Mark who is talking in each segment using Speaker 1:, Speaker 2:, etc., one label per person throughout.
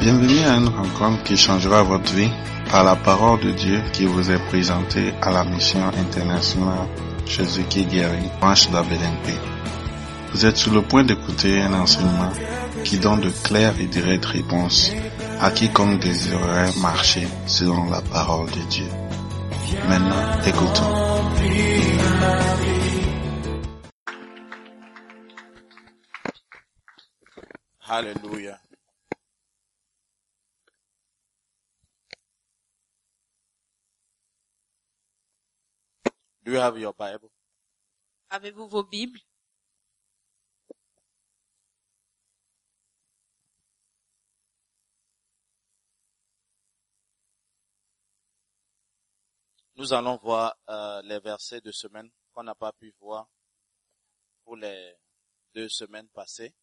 Speaker 1: Bienvenue à une rencontre qui changera votre vie par la parole de Dieu qui vous est présentée à la mission internationale Jésus qui guérit, marche de la BNP. Vous êtes sur le point d'écouter un enseignement qui donne de claires et directes réponses à quiconque désirerait marcher selon la parole de Dieu. Maintenant, écoutons.
Speaker 2: Hallelujah. Do you have your Bible?
Speaker 3: Avez-vous vos Bibles
Speaker 2: Nous allons voir euh, les versets de semaine qu'on n'a pas pu voir pour les deux semaines passées.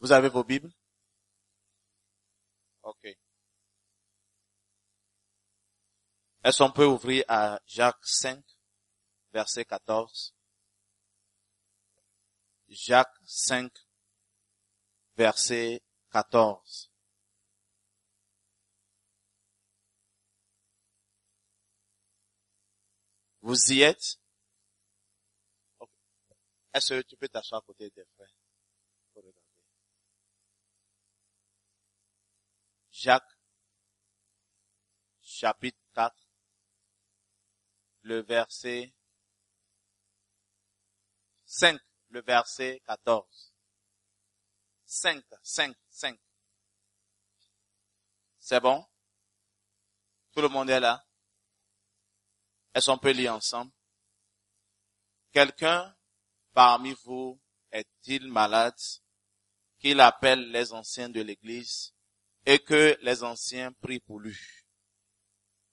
Speaker 2: Vous avez vos Bibles Ok. Est-ce qu'on peut ouvrir à Jacques 5, verset 14 Jacques 5, verset 14. Vous y êtes Ok. Est-ce que tu peux t'asseoir à côté des frères pour regarder Jacques, chapitre 4, le verset 5, le verset 14. 5, 5, 5. C'est bon? Tout le monde est là? Est-ce qu'on peut lire ensemble? Quelqu'un parmi vous est-il malade qu'il appelle les anciens de l'église et que les anciens prient pour lui,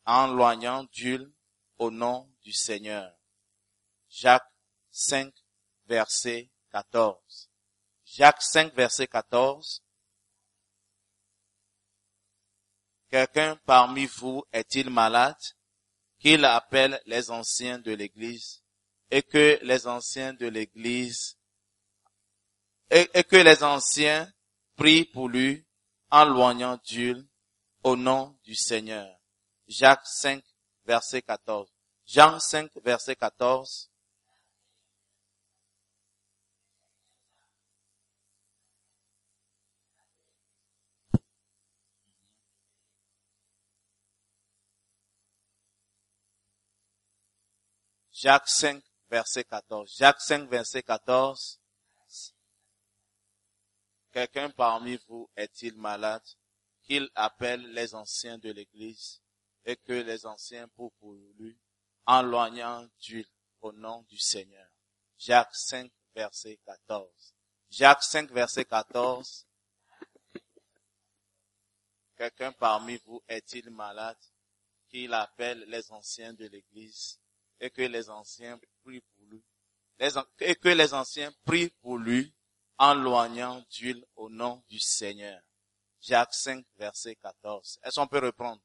Speaker 2: en loignant d'huile au nom du Seigneur. Jacques 5, verset 14. Jacques 5, verset 14. Quelqu'un parmi vous est-il malade qu'il appelle les anciens de l'église et que les anciens de l'église et, et que les anciens prient pour lui en loignant d'huile au nom du Seigneur. Jacques 5, verset 14. Jean 5, verset 14. Jacques 5, verset 14. Jacques 5, verset 14. Quelqu'un parmi vous est-il malade qu'il appelle les anciens de l'église et que les anciens pour pour lui en loignant d'huile au nom du Seigneur. Jacques 5 verset 14. Jacques 5 verset 14. Quelqu'un parmi vous est-il malade qu'il appelle les anciens de l'église et que les anciens prient pour lui les an- et que les anciens prient pour lui en loignant d'huile au nom du Seigneur. Jacques 5, verset 14. Est-ce qu'on peut reprendre?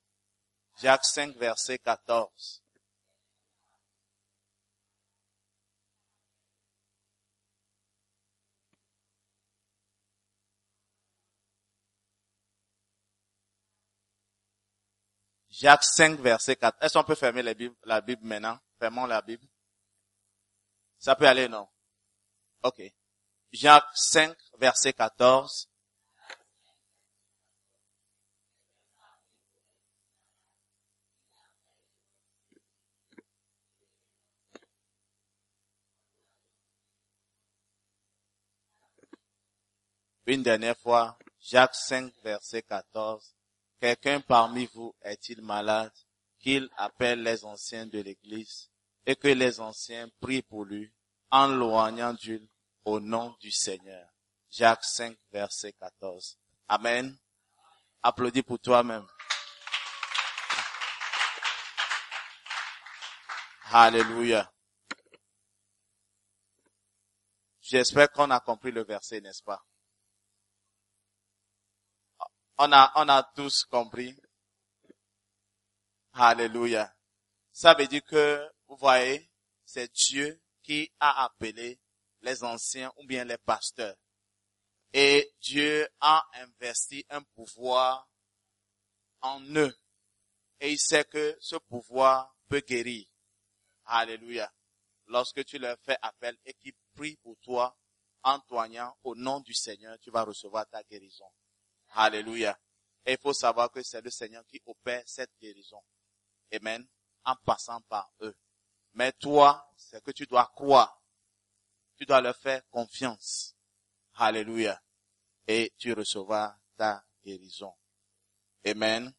Speaker 2: Jacques 5, verset 14. Jacques 5, verset 4. Est-ce qu'on peut fermer la Bible, la Bible maintenant? Fermons la Bible. Ça peut aller, non? Ok. Jacques 5, verset 14. Une dernière fois, Jacques 5, verset 14. Quelqu'un parmi vous est-il malade qu'il appelle les anciens de l'église et que les anciens prient pour lui en loignant d'huile au nom du Seigneur. Jacques 5, verset 14. Amen. Applaudis pour toi-même. Alléluia. J'espère qu'on a compris le verset, n'est-ce pas? On a, on a tous compris. Alléluia. Ça veut dire que, vous voyez, c'est Dieu qui a appelé les anciens ou bien les pasteurs. Et Dieu a investi un pouvoir en eux. Et il sait que ce pouvoir peut guérir. Alléluia. Lorsque tu leur fais appel et qu'ils prient pour toi, en toignant au nom du Seigneur, tu vas recevoir ta guérison. Alléluia. Et il faut savoir que c'est le Seigneur qui opère cette guérison. Amen. En passant par eux. Mais toi, c'est que tu dois croire. Tu dois leur faire confiance. Alléluia. Et tu recevras ta guérison. Amen.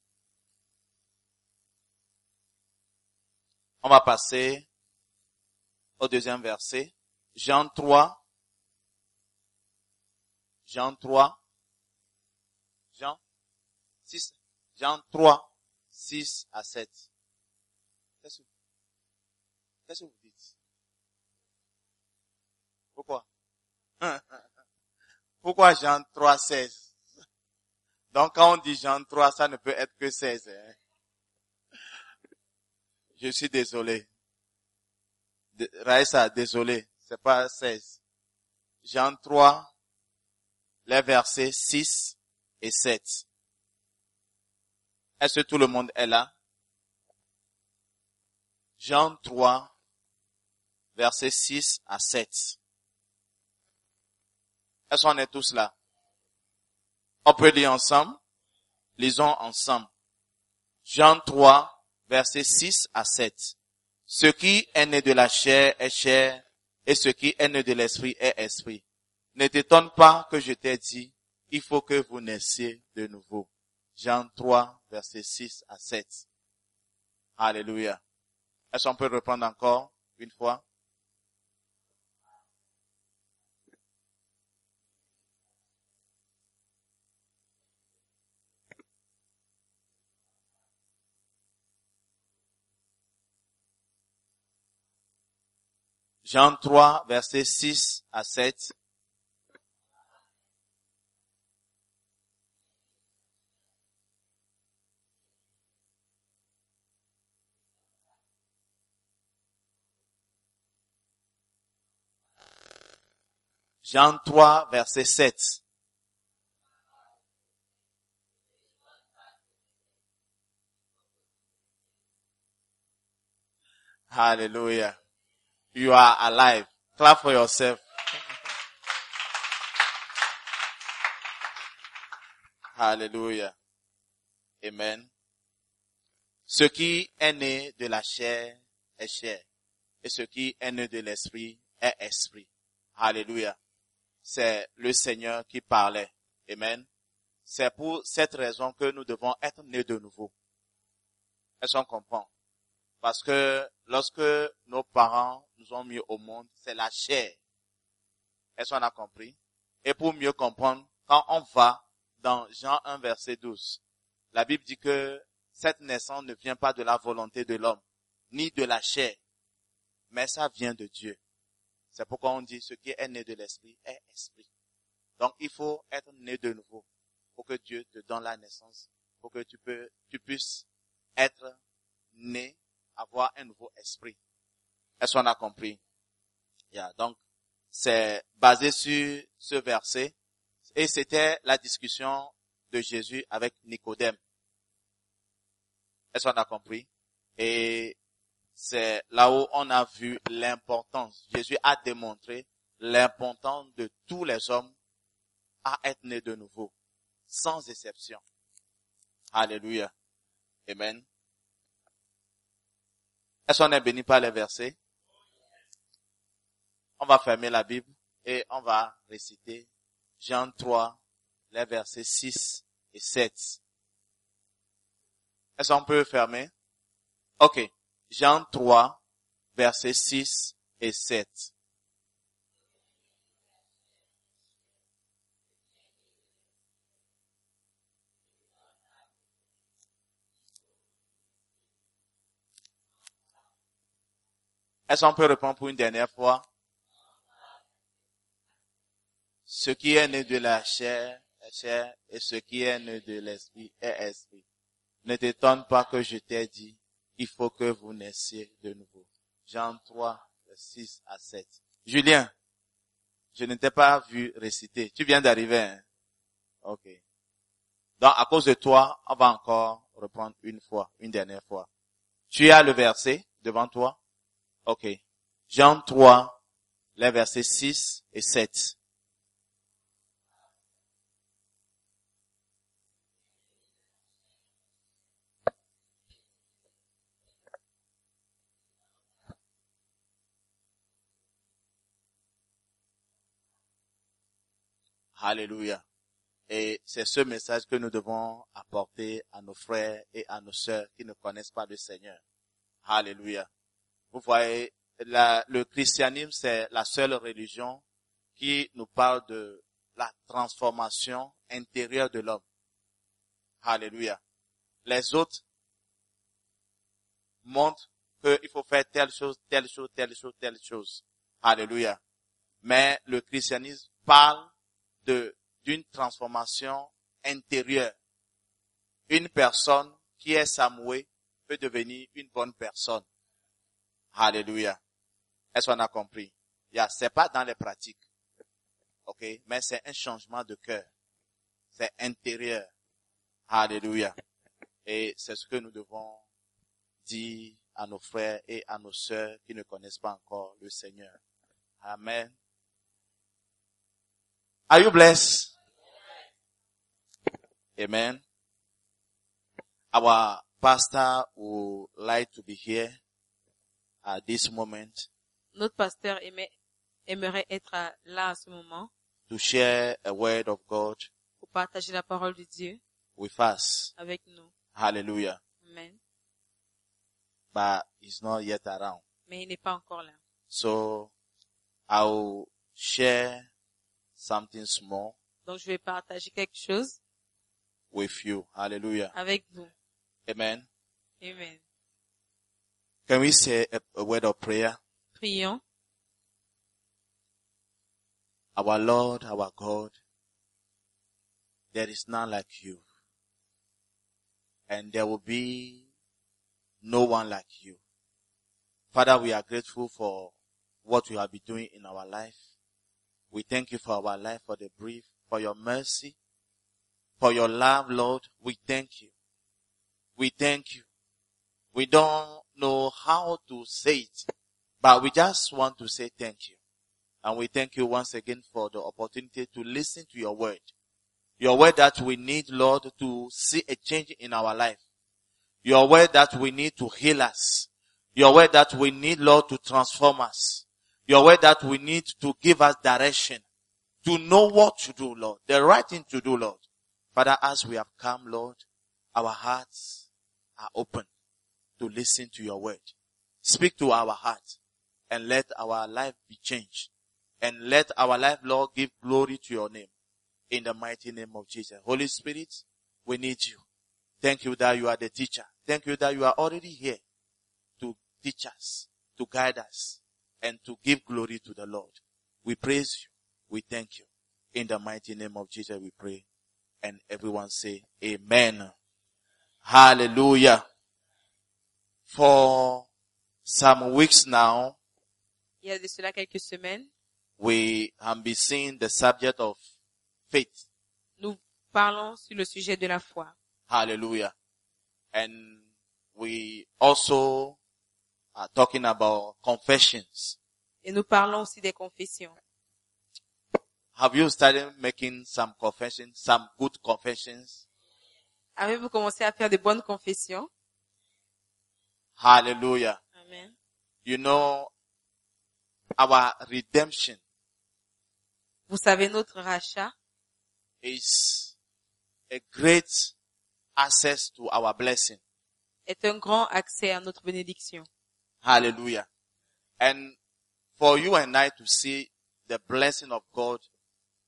Speaker 2: On va passer au deuxième verset. Jean 3. Jean 3. Jean 6. Jean 3, 6 à 7. Qu'est-ce que, qu'est-ce que vous dites? Pourquoi? Pourquoi Jean 3, 16? Donc quand on dit Jean 3, ça ne peut être que 16. hein. Je suis désolé. D- Raissa, désolé, c'est pas 16. Jean 3, les versets 6 et 7. Est-ce que tout le monde est là? Jean 3, versets 6 à 7. Est-ce qu'on est tous là? On peut lire ensemble? Lisons ensemble. Jean 3, versets 6 à 7. Ce qui est né de la chair est chair, et ce qui est né de l'esprit est esprit. Ne t'étonne pas que je t'ai dit, il faut que vous naissiez de nouveau. Jean 3, versets 6 à 7. Alléluia. Est-ce qu'on peut reprendre encore une fois? Jean 3, versets 6 à 7. Jean 3, verset 7. Hallelujah. You are alive. Clap for yourself. Hallelujah. Amen. Ce qui est né de la chair est chair. Et ce qui est né de l'esprit est esprit. Hallelujah. C'est le Seigneur qui parlait. Amen. C'est pour cette raison que nous devons être nés de nouveau. Est-ce qu'on comprend? Parce que lorsque nos parents nous ont mis au monde, c'est la chair. Est-ce qu'on a compris? Et pour mieux comprendre, quand on va dans Jean 1 verset 12, la Bible dit que cette naissance ne vient pas de la volonté de l'homme, ni de la chair, mais ça vient de Dieu. C'est pourquoi on dit ce qui est né de l'esprit est esprit. Donc il faut être né de nouveau pour que Dieu te donne la naissance, pour que tu, peux, tu puisses être né, avoir un nouveau esprit. Est-ce qu'on a compris? Yeah, donc, c'est basé sur ce verset et c'était la discussion de Jésus avec Nicodème. Est-ce qu'on a compris? Et c'est là où on a vu l'importance. Jésus a démontré l'importance de tous les hommes à être nés de nouveau, sans exception. Alléluia. Amen. Est-ce qu'on est béni par les versets? On va fermer la Bible et on va réciter Jean 3, les versets 6 et 7. Est-ce qu'on peut fermer? Ok. Jean 3, versets 6 et 7. Est-ce qu'on peut répondre pour une dernière fois? Ce qui est né de la chair est chair et ce qui est né de l'esprit est esprit. Ne t'étonne pas que je t'ai dit, il faut que vous naissiez de nouveau. Jean 3, de 6 à 7. Julien, je ne t'ai pas vu réciter. Tu viens d'arriver. hein? Ok. Donc, à cause de toi, on va encore reprendre une fois, une dernière fois. Tu as le verset devant toi? Ok. Jean 3, les versets 6 et 7. Alléluia. Et c'est ce message que nous devons apporter à nos frères et à nos sœurs qui ne connaissent pas le Seigneur. Alléluia. Vous voyez, la- le christianisme, c'est la seule religion qui nous parle de la transformation intérieure de l'homme. Alléluia. Les autres montrent qu'il faut faire telle chose, telle chose, telle chose, telle chose. Alléluia. Mais le christianisme parle de d'une transformation intérieure. Une personne qui est samouée peut devenir une bonne personne. Alléluia. Est-ce qu'on a compris? Il y a- C'est pas dans les pratiques. OK? Mais c'est un changement de cœur. C'est intérieur. Alléluia. Et c'est ce que nous devons dire à nos frères et à nos sœurs qui ne connaissent pas encore le Seigneur. Amen. Are you blessed? Amen. Our pastor would like to be here at this moment
Speaker 3: Notre pasteur aimait- aimerait être à- là à ce moment
Speaker 2: to share a word of God
Speaker 3: pour partager la parole de Dieu
Speaker 2: with us.
Speaker 3: avec nous.
Speaker 2: Hallelujah.
Speaker 3: Amen.
Speaker 2: But he's not yet around.
Speaker 3: Mais il n'est pas encore là.
Speaker 2: So I'll share something small
Speaker 3: Donc je vais partager quelque chose
Speaker 2: with you. Hallelujah.
Speaker 3: avec vous.
Speaker 2: Amen.
Speaker 3: Amen.
Speaker 2: Can we say a, a word of prayer?
Speaker 3: Prions.
Speaker 2: Our Lord, our God, there is none like you. And there will be no one like you. Father, we are grateful for what you have been doing in our life. We thank you for our life, for the brief, for your mercy, for your love, Lord. We thank you. We thank you. We don't know how to say it, but we just want to say thank you. And we thank you once again for the opportunity to listen to your word. Your word that we need, Lord, to see a change in our life. Your word that we need to heal us. Your word that we need, Lord, to transform us. Your word that we need to give us direction. To know what to do, Lord. The right thing to do, Lord. Father, as we have come, Lord, our hearts are open to listen to your word. Speak to our heart and let our life be changed. And let our life, Lord, give glory to your name. In the mighty name of Jesus. Holy Spirit, we need you. Thank you that you are the teacher. Thank you that you are already here to teach us, to guide us, and to give glory to the Lord. We praise you. We thank you. In the mighty name of Jesus, we pray. And everyone say, Amen. Hallelujah. For some weeks now,
Speaker 3: Il y a de cela quelques semaines,
Speaker 2: we have been seeing the subject of faith.
Speaker 3: nous parlons sur le sujet de la foi.
Speaker 2: Hallelujah. And we also are talking about confessions.
Speaker 3: Et nous parlons aussi des confessions.
Speaker 2: Have you started making some confessions, some good confessions?
Speaker 3: Avez-vous commencé à faire de bonnes confessions?
Speaker 2: Hallelujah.
Speaker 3: Amen.
Speaker 2: You know, our redemption
Speaker 3: Vous savez, notre rachat
Speaker 2: is a great access to our blessing.
Speaker 3: est un grand accès à notre bénédiction.
Speaker 2: Hallelujah. And for you and I to see the blessing of God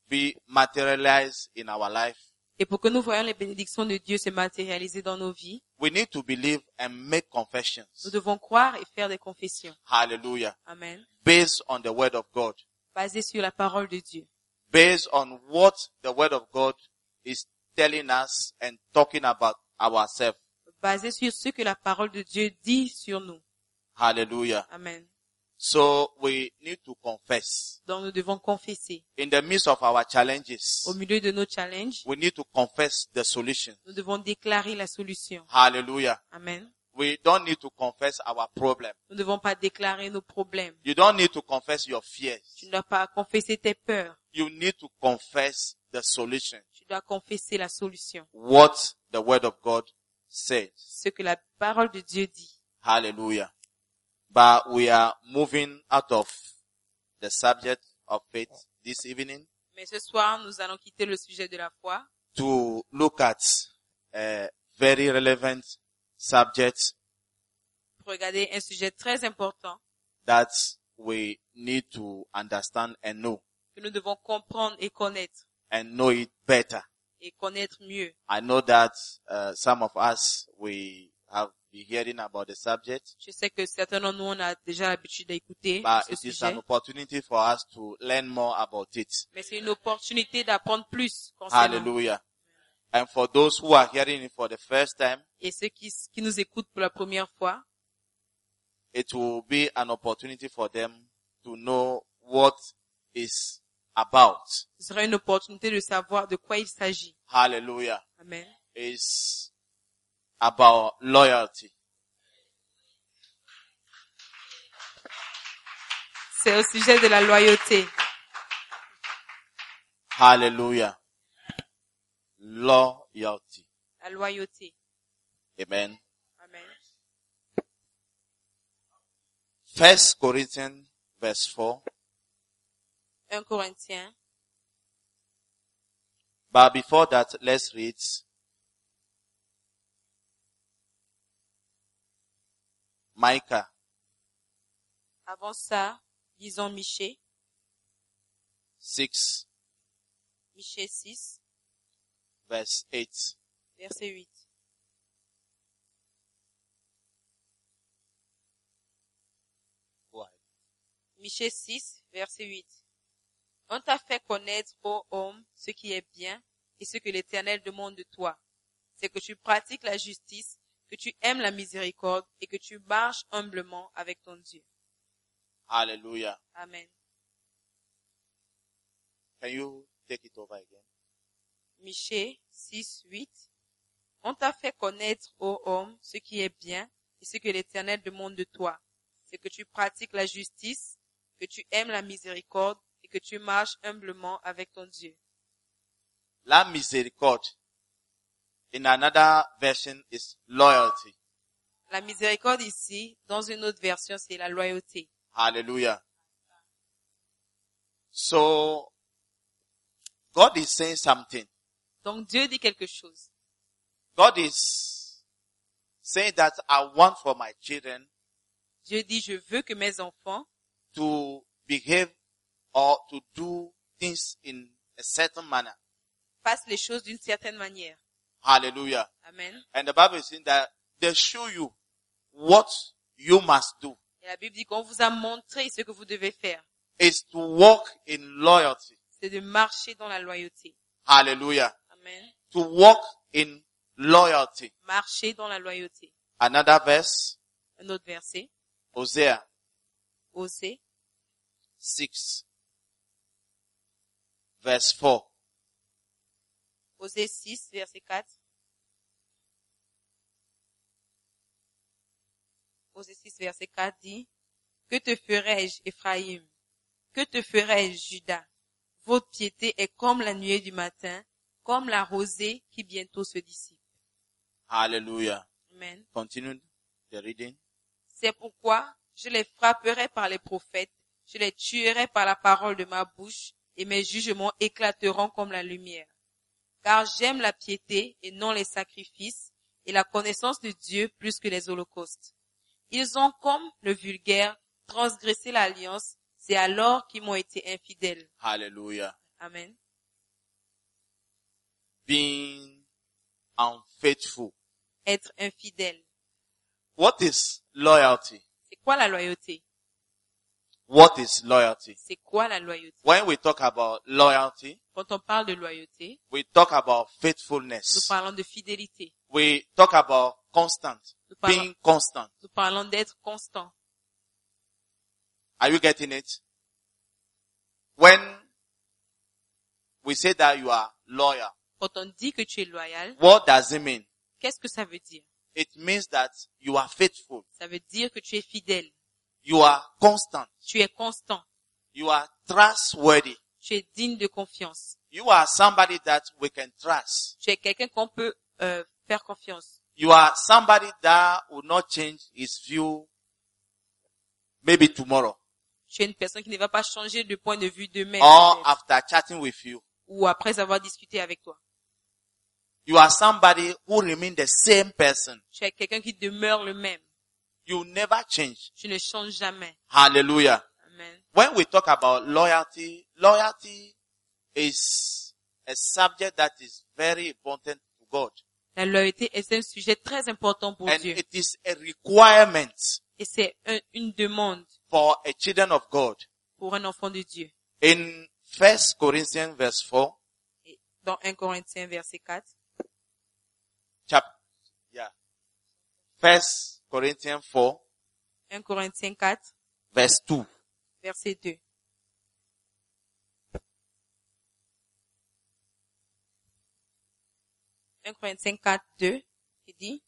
Speaker 2: be materialized in our life,
Speaker 3: Et pour que nous voyions les bénédictions de Dieu se matérialiser dans nos vies,
Speaker 2: we need to believe and make
Speaker 3: nous
Speaker 2: confessions.
Speaker 3: devons croire et faire des confessions.
Speaker 2: Hallelujah.
Speaker 3: Amen.
Speaker 2: Based on the word of God.
Speaker 3: Basées sur la parole de Dieu.
Speaker 2: Based on what the word of God is telling us and talking about ourselves.
Speaker 3: basé sur ce que la parole de Dieu dit sur nous.
Speaker 2: Hallelujah.
Speaker 3: Amen.
Speaker 2: So we need to confess.
Speaker 3: Donc nous devons confesser.
Speaker 2: In the midst of our challenges,
Speaker 3: Au milieu de nos challenges,
Speaker 2: we need to confess the solution.
Speaker 3: nous devons déclarer la solution.
Speaker 2: Hallelujah.
Speaker 3: Amen.
Speaker 2: We don't need to confess our problem.
Speaker 3: Nous ne devons pas déclarer nos problèmes.
Speaker 2: You don't need to confess your
Speaker 3: Tu
Speaker 2: fears.
Speaker 3: ne dois pas confesser tes peurs.
Speaker 2: You need to confess the solution.
Speaker 3: Tu dois confesser la solution.
Speaker 2: What the word of God says.
Speaker 3: Ce que la parole de Dieu dit.
Speaker 2: Hallelujah. But we are moving out of the subject of faith this evening
Speaker 3: Mais ce soir, nous allons quitter le sujet de la foi
Speaker 2: to look at a very relevant subject
Speaker 3: pour regarder un sujet très important
Speaker 2: that we need to understand and know
Speaker 3: que nous devons comprendre et connaître
Speaker 2: and know it better.
Speaker 3: et connaître mieux.
Speaker 2: I know that uh, some of us we have been hearing about the subject,
Speaker 3: Je sais que certains d'entre nous, on a déjà l'habitude d'écouter
Speaker 2: but
Speaker 3: ce
Speaker 2: it is
Speaker 3: sujet,
Speaker 2: an opportunity for us to learn more about it.
Speaker 3: mais c'est une opportunité d'apprendre plus concernant.
Speaker 2: Hallelujah. And for those who are hearing it for the first time,
Speaker 3: Et ceux qui, qui nous écoutent pour la première fois,
Speaker 2: it will be an opportunity for them to know what is about.
Speaker 3: ce sera une opportunité de savoir de quoi il s'agit.
Speaker 2: Hallelujah.
Speaker 3: Amen.
Speaker 2: It's about loyalty.
Speaker 3: C'est au sujet de la loyauté.
Speaker 2: Hallelujah. Loyalty.
Speaker 3: La loyauté.
Speaker 2: Amen.
Speaker 3: Amen.
Speaker 2: First Corinthians verse four.
Speaker 3: 1 Corinthiens.
Speaker 2: But before that, let's read Micah
Speaker 3: Avant ça, lisons Michée,
Speaker 2: 6
Speaker 3: Michée 6,
Speaker 2: verse 8.
Speaker 3: verset 8.
Speaker 2: Go ahead.
Speaker 3: Michée 6, verset 8. On t'a fait connaître, ô homme, ce qui est bien et ce que l'Éternel demande de toi. C'est que tu pratiques la justice, que tu aimes la miséricorde et que tu marches humblement avec ton Dieu.
Speaker 2: Hallelujah.
Speaker 3: Amen.
Speaker 2: Can you take it over again?
Speaker 3: Michée 6, 8. On t'a fait connaître, ô homme, ce qui est bien et ce que l'Éternel demande de toi. C'est que tu pratiques la justice, que tu aimes la miséricorde et que tu marches humblement avec ton Dieu.
Speaker 2: La miséricorde. In another version is loyalty.
Speaker 3: La miséricorde ici, dans une autre version, c'est la loyauté.
Speaker 2: Hallelujah. So, God is saying something.
Speaker 3: Donc Dieu dit quelque chose.
Speaker 2: God is saying that I want for my children
Speaker 3: Dieu dit, je veux que mes enfants
Speaker 2: to behave or to do things in a certain manner.
Speaker 3: fassent les choses d'une certaine manière.
Speaker 2: Hallelujah.
Speaker 3: Amen.
Speaker 2: And the Bible is saying that they show you what you must do
Speaker 3: Et la Bible dit qu'on vous a montré ce que vous devez faire.
Speaker 2: is to walk in loyalty.
Speaker 3: C'est de marcher dans la loyauté.
Speaker 2: Hallelujah.
Speaker 3: Amen.
Speaker 2: To walk in loyalty.
Speaker 3: Marcher dans la loyauté.
Speaker 2: Another verse,
Speaker 3: Un autre verset.
Speaker 2: Hosea
Speaker 3: Osée
Speaker 2: 6, verse 4.
Speaker 3: Osée 6, verset 4. Osée 6, verset 4 dit, Que te ferai-je, Éphraïm? Que te ferai-je, Judas? Votre piété est comme la nuée du matin, comme la rosée qui bientôt se dissipe.
Speaker 2: Hallelujah.
Speaker 3: Amen.
Speaker 2: Continue the reading.
Speaker 3: C'est pourquoi je les frapperai par les prophètes, je les tuerai par la parole de ma bouche, et mes jugements éclateront comme la lumière. Car j'aime la piété et non les sacrifices, et la connaissance de Dieu plus que les holocaustes. Ils ont, comme le vulgaire, transgressé l'alliance, c'est alors qu'ils m'ont été infidèles.
Speaker 2: Hallelujah.
Speaker 3: Amen.
Speaker 2: Being unfaithful.
Speaker 3: Être infidèle.
Speaker 2: What is loyalty?
Speaker 3: C'est quoi la loyauté?
Speaker 2: What is loyalty?
Speaker 3: C'est quoi la loyauté?
Speaker 2: When we talk about loyalty,
Speaker 3: Quand Quand on parle de loyauté,
Speaker 2: We talk about
Speaker 3: nous
Speaker 2: faithfulness.
Speaker 3: parlons de fidélité.
Speaker 2: We talk about constant,
Speaker 3: Nous parlons,
Speaker 2: being constant.
Speaker 3: nous parlons d'être constant.
Speaker 2: Are you getting it? When we say that you are loyal,
Speaker 3: Quand on dit que tu es loyal,
Speaker 2: what does it mean?
Speaker 3: qu'est-ce que ça veut dire?
Speaker 2: It means that you are faithful.
Speaker 3: Ça veut dire que tu es fidèle.
Speaker 2: You are constant.
Speaker 3: Tu es constant.
Speaker 2: You are trustworthy.
Speaker 3: Tu es digne de confiance.
Speaker 2: You are somebody that we can trust.
Speaker 3: Tu es quelqu'un qu'on peut euh, faire confiance.
Speaker 2: You are somebody that will not change his view maybe tomorrow
Speaker 3: Tu es une personne qui ne va pas changer de point de vue demain
Speaker 2: or
Speaker 3: peut-être,
Speaker 2: after chatting with you.
Speaker 3: ou après avoir discuté avec toi.
Speaker 2: You are somebody who remain the same person.
Speaker 3: Tu es quelqu'un qui demeure le même.
Speaker 2: You never change.
Speaker 3: Tu ne changes jamais.
Speaker 2: Hallelujah.
Speaker 3: Amen.
Speaker 2: When we talk about loyalty, loyalty is a subject that is very important to God.
Speaker 3: La loyauté est un sujet très important pour
Speaker 2: And
Speaker 3: Dieu.
Speaker 2: it is a requirement
Speaker 3: Et c'est un- une demande
Speaker 2: for a children of God.
Speaker 3: pour un enfant de Dieu.
Speaker 2: In First Corinthians verse 4,
Speaker 3: Et dans 1 Corinthiens verset 4,
Speaker 2: chap, yeah. First Corinthians 4,
Speaker 3: 1 Corinthiens 4
Speaker 2: verse 2.
Speaker 3: verset 2. Un Corinthiens 4, 2, qui dit,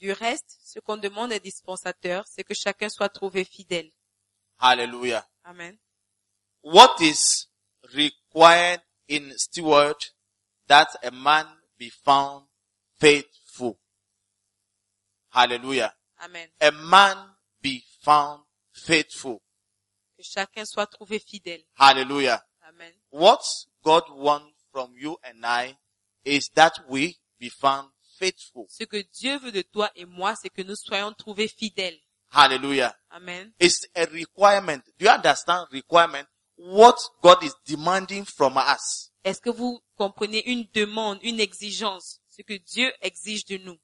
Speaker 3: du reste, ce qu'on demande des dispensateurs, c'est que chacun soit trouvé fidèle.
Speaker 2: Hallelujah.
Speaker 3: Amen.
Speaker 2: What is required in steward that a man be found faithful? Hallelujah.
Speaker 3: Amen.
Speaker 2: A man be found faithful.
Speaker 3: Que chacun soit trouvé fidèle.
Speaker 2: Hallelujah.
Speaker 3: Amen.
Speaker 2: What God wants from you and I is that we be found faithful.
Speaker 3: Ce que Dieu veut de toi et moi, c'est que nous soyons trouvés fidèles.
Speaker 2: Hallelujah.
Speaker 3: Amen.
Speaker 2: It's a requirement. Do you understand requirement? What God is demanding from us.
Speaker 3: Est-ce que vous comprenez une demande, une exigence? Ce que Dieu exige de nous,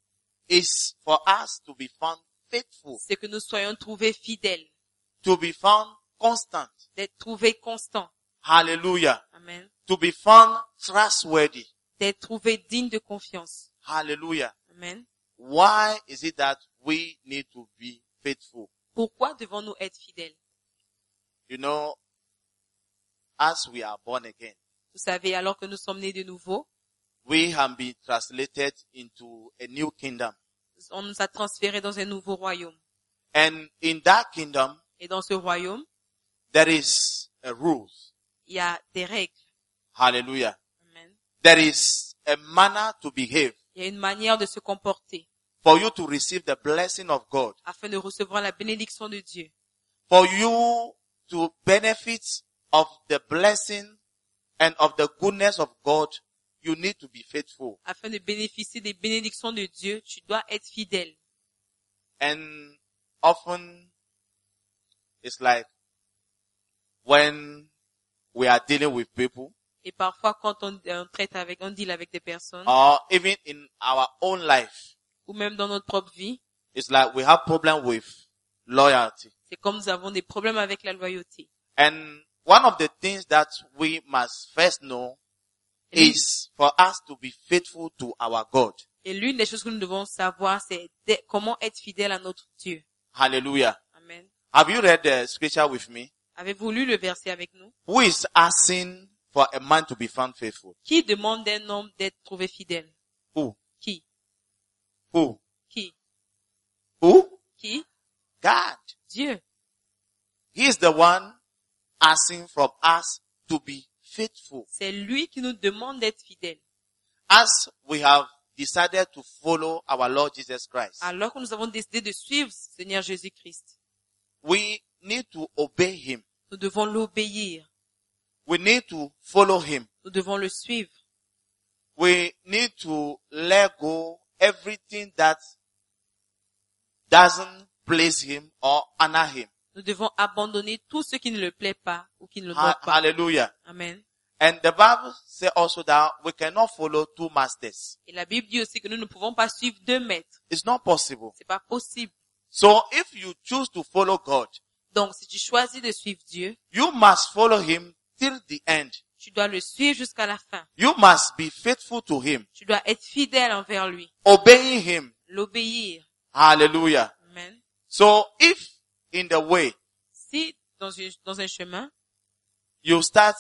Speaker 2: is for us to be found faithful,
Speaker 3: c'est que nous soyons trouvés fidèles,
Speaker 2: to be found constant.
Speaker 3: d'être trouvés constants.
Speaker 2: Hallelujah.
Speaker 3: Amen.
Speaker 2: To be found trustworthy.
Speaker 3: d'être trouvé digne de confiance.
Speaker 2: Hallelujah.
Speaker 3: Amen.
Speaker 2: Why is it that we need to be faithful?
Speaker 3: Pourquoi devons-nous être fidèles
Speaker 2: You know, as we are born again,
Speaker 3: Vous savez, alors que nous sommes nés de nouveau,
Speaker 2: we have been translated into a new kingdom.
Speaker 3: on nous a transférés dans un nouveau royaume.
Speaker 2: And in that kingdom,
Speaker 3: Et dans ce royaume,
Speaker 2: there is a rule.
Speaker 3: il y a des règles.
Speaker 2: Hallelujah.
Speaker 3: Amen.
Speaker 2: There is a manner to behave
Speaker 3: Il y a une manière de se comporter
Speaker 2: for you to receive the blessing of God.
Speaker 3: afin de recevoir la bénédiction de Dieu,
Speaker 2: for you to benefit of the blessing and of the goodness of God, you need to be faithful.
Speaker 3: afin de bénéficier des bénédictions de Dieu. Tu dois être fidèle.
Speaker 2: And often it's like when we are dealing with people
Speaker 3: Et parfois, quand on, on traite avec, on deal avec des personnes,
Speaker 2: or even in our own life,
Speaker 3: ou même dans notre propre vie,
Speaker 2: it's like we have problem with loyalty.
Speaker 3: c'est comme nous avons des problèmes avec la loyauté.
Speaker 2: And one of the things that we must first know is for us to be faithful to our God.
Speaker 3: Et l'une des choses que nous devons savoir, c'est de- comment être fidèle à notre Dieu.
Speaker 2: Hallelujah.
Speaker 3: Amen.
Speaker 2: Have you read the scripture with me?
Speaker 3: Avez-vous lu le verset avec nous?
Speaker 2: Who is asking for a man to be found faithful?
Speaker 3: Qui demande d'un homme d'être trouvé fidèle?
Speaker 2: Who?
Speaker 3: Qui?
Speaker 2: Who?
Speaker 3: Qui?
Speaker 2: Who?
Speaker 3: Qui?
Speaker 2: God.
Speaker 3: Dieu.
Speaker 2: He is the one asking from us to be faithful.
Speaker 3: C'est lui qui nous demande d'être fidèle.
Speaker 2: As we have decided to follow our Lord Jesus Christ,
Speaker 3: Alors que nous avons décidé de suivre Seigneur Jésus-Christ,
Speaker 2: we need to obey Him.
Speaker 3: nous devons l'obéir.
Speaker 2: We need to follow Him.
Speaker 3: Nous devons le suivre.
Speaker 2: We need to let go everything that doesn't please Him or honor Him.
Speaker 3: Nous devons abandonner tout ce qui ne le plaît pas ou qui ne le
Speaker 2: Ha-
Speaker 3: doit pas.
Speaker 2: Hallelujah.
Speaker 3: Amen.
Speaker 2: And the Bible says also that we cannot follow two masters.
Speaker 3: Et la Bible dit aussi que nous ne pouvons pas suivre deux maîtres.
Speaker 2: It's not possible.
Speaker 3: C'est pas possible.
Speaker 2: So if you choose to follow God,
Speaker 3: Donc, si tu choisis de suivre Dieu,
Speaker 2: you must follow him till the end.
Speaker 3: Tu dois le suivre jusqu'à la fin.
Speaker 2: You must be faithful to him,
Speaker 3: Tu dois être fidèle envers lui,
Speaker 2: obeying him.
Speaker 3: l'obéir.
Speaker 2: Hallelujah.
Speaker 3: Amen.
Speaker 2: So if in the way
Speaker 3: Si dans, une- dans un chemin,
Speaker 2: you start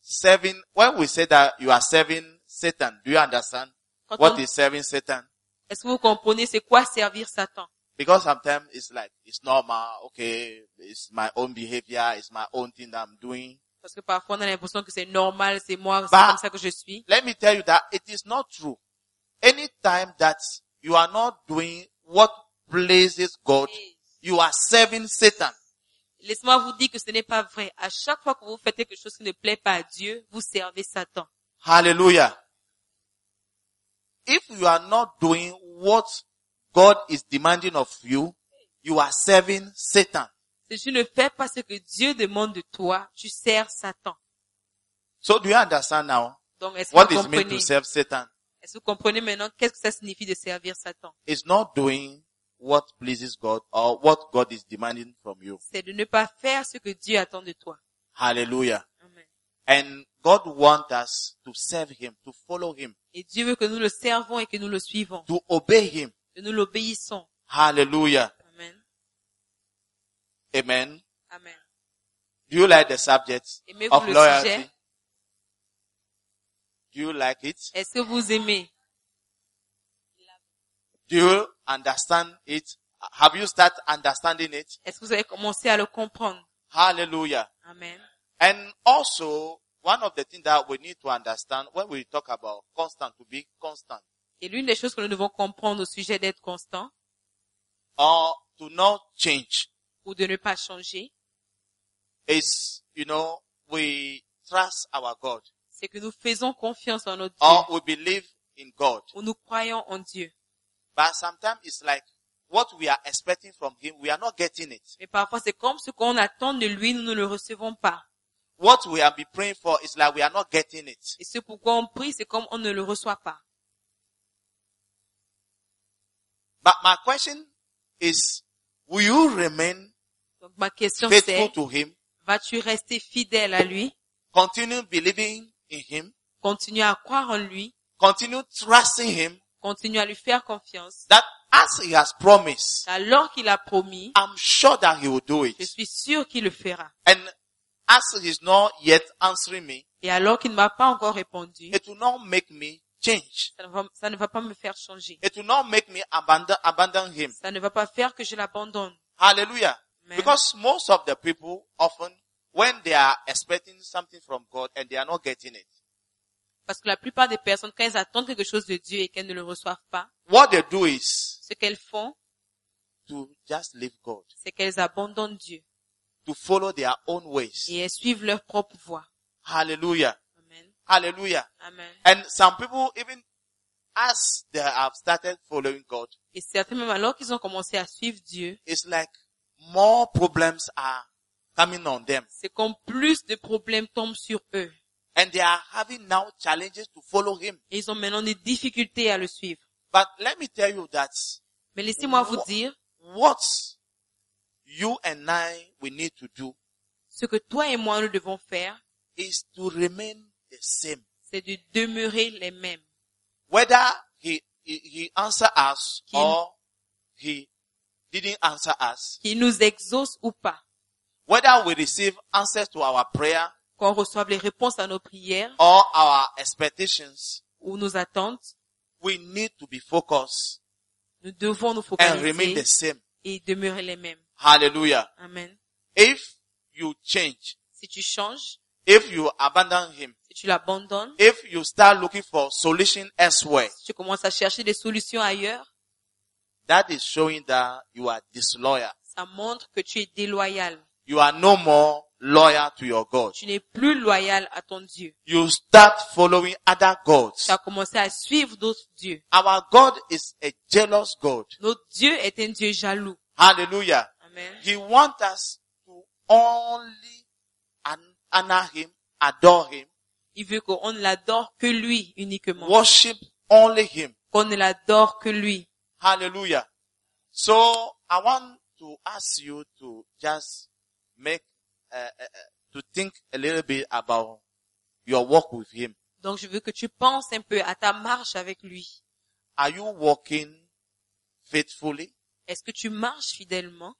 Speaker 2: serving, when we say that you are serving Satan, do you understand
Speaker 3: quand
Speaker 2: what
Speaker 3: on-
Speaker 2: is serving Satan?
Speaker 3: est-ce que vous comprenez c'est quoi servir Satan
Speaker 2: Because sometimes it's like, it's normal, okay, it's my own behavior, it's my own thing that I'm doing.
Speaker 3: Parce que parfois on a l'impression que c'est normal, c'est moi, c'est
Speaker 2: Bah.
Speaker 3: comme ça que je suis.
Speaker 2: Let me tell you that it is not true. Anytime that you are not doing what pleases God, you are serving Satan.
Speaker 3: Laisse-moi vous dire que ce n'est pas vrai. À chaque fois que vous faites quelque chose qui ne plaît pas à Dieu, vous servez Satan.
Speaker 2: Hallelujah. If you are not doing what God is demanding of you, you are serving Satan.
Speaker 3: Si tu ne fais pas ce que Dieu demande de toi, tu sers Satan.
Speaker 2: So do you understand now
Speaker 3: Donc, est-ce que
Speaker 2: what
Speaker 3: vous
Speaker 2: is meant
Speaker 3: comprenez?
Speaker 2: to serve Satan?
Speaker 3: Est-ce que vous comprenez maintenant qu'est-ce que ça signifie de servir Satan?
Speaker 2: It's not doing what pleases God or what God is demanding from you.
Speaker 3: C'est de ne pas faire ce que Dieu attend de toi.
Speaker 2: Hallelujah.
Speaker 3: Amen.
Speaker 2: And God wants us to serve Him, to follow Him,
Speaker 3: Et Dieu veut que nous le servons et que nous le suivons,
Speaker 2: to obey Him.
Speaker 3: que nous l'obéissons.
Speaker 2: Hallelujah.
Speaker 3: Amen.
Speaker 2: Amen.
Speaker 3: Amen.
Speaker 2: Do you like the subject of
Speaker 3: Aimez-vous le
Speaker 2: loyalty?
Speaker 3: sujet?
Speaker 2: Do you like it?
Speaker 3: Est-ce que vous aimez?
Speaker 2: Do you understand it? Have you started understanding it?
Speaker 3: Est-ce que vous avez commencé à le comprendre?
Speaker 2: Hallelujah.
Speaker 3: Amen.
Speaker 2: And also, one of the things that we need to understand when we talk about constant, to be constant,
Speaker 3: Et l'une des choses que nous devons comprendre au sujet d'être constant
Speaker 2: or to not change,
Speaker 3: ou de ne pas changer,
Speaker 2: is, you know, we trust our God,
Speaker 3: c'est que nous faisons confiance en notre
Speaker 2: or
Speaker 3: Dieu,
Speaker 2: we believe in God.
Speaker 3: ou nous croyons en Dieu.
Speaker 2: But sometimes it's like, what we are expecting from Him, we are not getting it.
Speaker 3: Mais parfois, c'est comme ce qu'on attend de lui, nous ne le recevons pas.
Speaker 2: What we are be praying for is like we are not getting it.
Speaker 3: Et ce pourquoi on prie, c'est comme on ne le reçoit pas.
Speaker 2: But my question is, will you remain
Speaker 3: Donc, ma question
Speaker 2: faithful
Speaker 3: c'est,
Speaker 2: to Him?
Speaker 3: vas-tu rester fidèle à lui,
Speaker 2: continue believing in him,
Speaker 3: continue à croire en lui,
Speaker 2: continue trusting him
Speaker 3: continue à lui faire confiance,
Speaker 2: that as he has promised,
Speaker 3: alors qu'il a promis,
Speaker 2: I'm sure that he will do
Speaker 3: je
Speaker 2: it.
Speaker 3: suis sûr qu'il le fera.
Speaker 2: And as he's not yet answering me,
Speaker 3: Et alors qu'il ne m'a pas encore répondu,
Speaker 2: it will not make me change.
Speaker 3: ça ne va- ça ne va pas me faire changer.
Speaker 2: It will not make me abandon, abandon him.
Speaker 3: ça ne va pas faire que je l'abandonne.
Speaker 2: Hallelujah.
Speaker 3: Amen.
Speaker 2: Because most of the people often, when they are expecting something from God and they are not getting it,
Speaker 3: Parce que la plupart des personnes, quand elles attendent quelque chose de Dieu et qu'elles ne le reçoivent pas,
Speaker 2: what they do is
Speaker 3: ce qu'elles font,
Speaker 2: to just leave God,
Speaker 3: c'est qu'elles abandonnent Dieu
Speaker 2: to follow their own ways.
Speaker 3: et elles suivent leur propre voie.
Speaker 2: Hallelujah.
Speaker 3: Amen.
Speaker 2: Hallelujah.
Speaker 3: Amen.
Speaker 2: And some people, even as they have started following God,
Speaker 3: Et certains, même alors qu'ils ont commencé à suivre Dieu,
Speaker 2: it's like more problems are coming on them.
Speaker 3: c'est comme plus de problèmes tombent sur eux.
Speaker 2: And they are having now challenges to follow Him.
Speaker 3: Et ils ont maintenant des difficultés à le suivre.
Speaker 2: But let me tell you that
Speaker 3: Mais laissez-moi vous dire
Speaker 2: what you and I, we need to do
Speaker 3: ce que toi et moi nous devons faire,
Speaker 2: is to remain the same.
Speaker 3: c'est de demeurer les mêmes.
Speaker 2: Whether He, he, he answer us
Speaker 3: Him.
Speaker 2: or He didn't answer us.
Speaker 3: Qu'ils nous exaucent ou pas,
Speaker 2: Whether we receive answers to our prayer
Speaker 3: qu'on reçoive les réponses à nos prières
Speaker 2: or our expectations,
Speaker 3: ou nos attentes,
Speaker 2: we need to be focused
Speaker 3: Nous devons nous
Speaker 2: and remain
Speaker 3: focaliser
Speaker 2: the same.
Speaker 3: et demeurer les mêmes.
Speaker 2: Hallelujah.
Speaker 3: Amen.
Speaker 2: If you change,
Speaker 3: Si tu changes,
Speaker 2: if you abandon him,
Speaker 3: si tu l'abandonnes,
Speaker 2: if you start looking for solution elsewhere,
Speaker 3: si tu commences à chercher des solutions ailleurs,
Speaker 2: that is showing that you are disloyal.
Speaker 3: ça montre que tu es déloyal.
Speaker 2: You are no more loyal to your God.
Speaker 3: Tu n'es plus loyal à ton Dieu.
Speaker 2: You start following other gods.
Speaker 3: Tu as commencé à suivre d'autres dieux.
Speaker 2: Our God is a jealous God.
Speaker 3: Notre Dieu est un Dieu jaloux.
Speaker 2: Hallelujah.
Speaker 3: Amen.
Speaker 2: He wants us to only an- honor him, adore him,
Speaker 3: Il veut qu'on ne l'adore que lui uniquement.
Speaker 2: worship only him.
Speaker 3: Qu'on ne l'adore que lui.
Speaker 2: Hallelujah. So I want to ask you to just make, uh, uh, uh, to think a little bit about your walk with Him.
Speaker 3: Donc je veux que tu penses un peu à ta marche avec lui.
Speaker 2: Are you walking faithfully
Speaker 3: Est-ce que tu marches fidèlement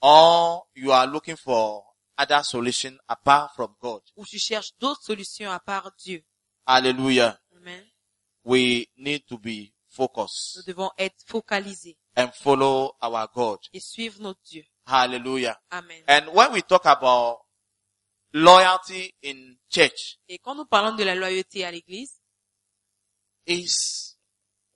Speaker 2: or you are looking for other solution apart from God?
Speaker 3: ou tu cherches d'autres solutions à part Dieu
Speaker 2: Hallelujah.
Speaker 3: Amen.
Speaker 2: We need to be
Speaker 3: Nous
Speaker 2: focused
Speaker 3: devons être focalisés
Speaker 2: and follow our God.
Speaker 3: et suivre notre Dieu.
Speaker 2: Hallelujah.
Speaker 3: Amen.
Speaker 2: And when we talk about loyalty in church,
Speaker 3: Et quand nous parlons de la loyauté à l'Église,
Speaker 2: is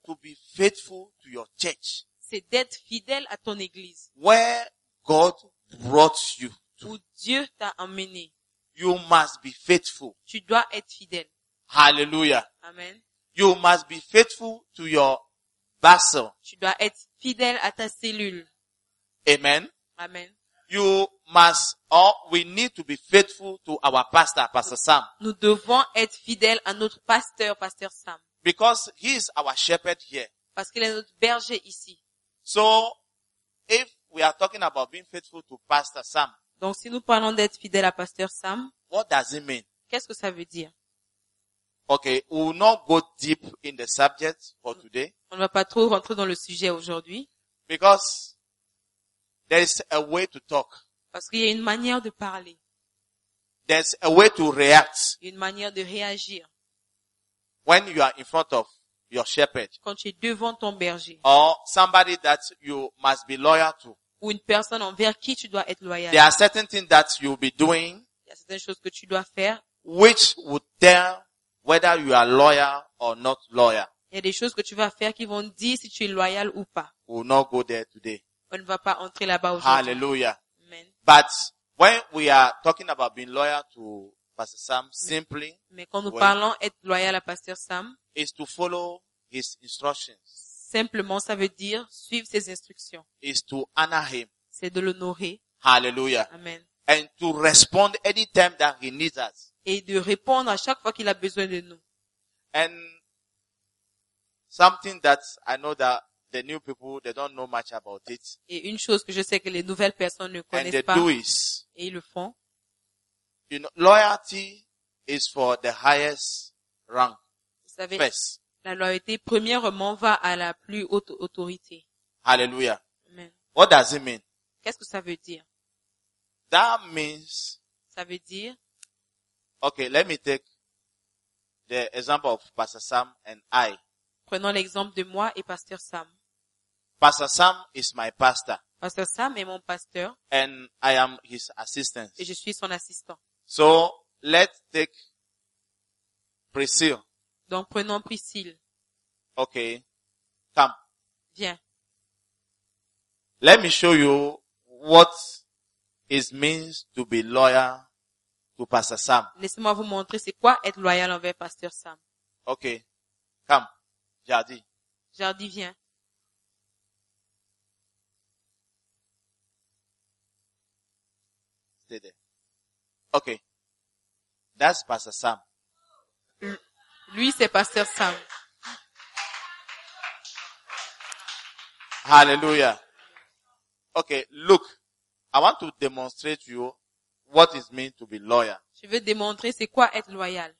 Speaker 2: to be faithful to your church
Speaker 3: c'est d'être fidèle à ton Église
Speaker 2: where God brought you.
Speaker 3: où Dieu t'a emmené.
Speaker 2: You must be faithful.
Speaker 3: Tu dois être fidèle.
Speaker 2: Hallelujah.
Speaker 3: Amen.
Speaker 2: You must be faithful to your vessel.
Speaker 3: Tu dois être fidèle à ta cellule.
Speaker 2: Amen.
Speaker 3: Amen.
Speaker 2: You must, or we need to be faithful to our pastor, Pastor Sam,
Speaker 3: Nous devons être fidèles à notre pasteur, pasteur Sam,
Speaker 2: because he is our shepherd here.
Speaker 3: parce qu'il est notre berger ici.
Speaker 2: So, if we are talking about being faithful to Pastor Sam,
Speaker 3: Donc si nous parlons d'être fidèle à pasteur Sam,
Speaker 2: what does it mean?
Speaker 3: qu'est-ce que ça veut dire
Speaker 2: Okay, we will not go deep in the subject for today
Speaker 3: On ne va pas trop rentrer dans le sujet aujourd'hui,
Speaker 2: because there is a way to talk.
Speaker 3: parce qu'il y a une manière de parler,
Speaker 2: There's a way to react
Speaker 3: une manière de réagir.
Speaker 2: when you are in front of your shepherd
Speaker 3: quand tu es devant ton berger
Speaker 2: or somebody that you must be loyal to.
Speaker 3: ou une personne envers qui tu dois être loyal.
Speaker 2: There are certain things that you'll be doing
Speaker 3: Il y a certaines choses que tu dois faire.
Speaker 2: which would tell whether you are loyal or not loyal.
Speaker 3: Il y a des choses que tu vas faire qui vont dire si tu es loyal ou pas.
Speaker 2: We will not go there today.
Speaker 3: On ne va pas entrer là-bas aujourd'hui.
Speaker 2: Hallelujah.
Speaker 3: Amen.
Speaker 2: But when we are talking about being loyal to Pastor Sam, simply
Speaker 3: Mais quand nous
Speaker 2: Ouais.
Speaker 3: parlons être loyal à Pasteur Sam,
Speaker 2: is to follow his instructions,
Speaker 3: simplement ça veut dire suivre ses instructions.
Speaker 2: is to honor him.
Speaker 3: C'est de l'honorer.
Speaker 2: Hallelujah.
Speaker 3: Amen.
Speaker 2: And to respond anytime that he needs us.
Speaker 3: Et de répondre à chaque fois qu'il a besoin de nous.
Speaker 2: And something that I know that the new people, they don't know much about it.
Speaker 3: Et une chose que je sais que les nouvelles personnes ne
Speaker 2: And they
Speaker 3: connaissent pas,
Speaker 2: do is,
Speaker 3: et ils le font,
Speaker 2: you know, loyalty is for the highest rank
Speaker 3: vous savez,
Speaker 2: first.
Speaker 3: la loyauté, premièrement, va à la plus haute autorité.
Speaker 2: Hallelujah.
Speaker 3: Amen.
Speaker 2: What does it mean?
Speaker 3: Qu'est-ce que ça veut dire?
Speaker 2: That means
Speaker 3: Ça veut dire
Speaker 2: Okay, let me take the example of Pastor Sam and I.
Speaker 3: Prenons l'exemple de moi et Pasteur Sam.
Speaker 2: Pastor Sam is my pastor
Speaker 3: Pasteur Sam est mon pasteur
Speaker 2: and I am his assistant.
Speaker 3: et je suis son assistant.
Speaker 2: So let's take Priscilla.
Speaker 3: Donc prenons Priscille.
Speaker 2: Okay, come.
Speaker 3: Viens,
Speaker 2: Let me show you what it means to be loyal to Pastor Sam.
Speaker 3: laissez-moi vous montrer c'est quoi être loyal envers Pasteur Sam.
Speaker 2: Okay, come. Jadi.
Speaker 3: Jardy, viens.
Speaker 2: Stay there. Okay. That's Pastor Sam.
Speaker 3: Lui, c'est Pasteur Sam.
Speaker 2: Hallelujah. Okay, look, I want to demonstrate to you what it means to be loyal.
Speaker 3: Je veux démontrer c'est quoi être loyal.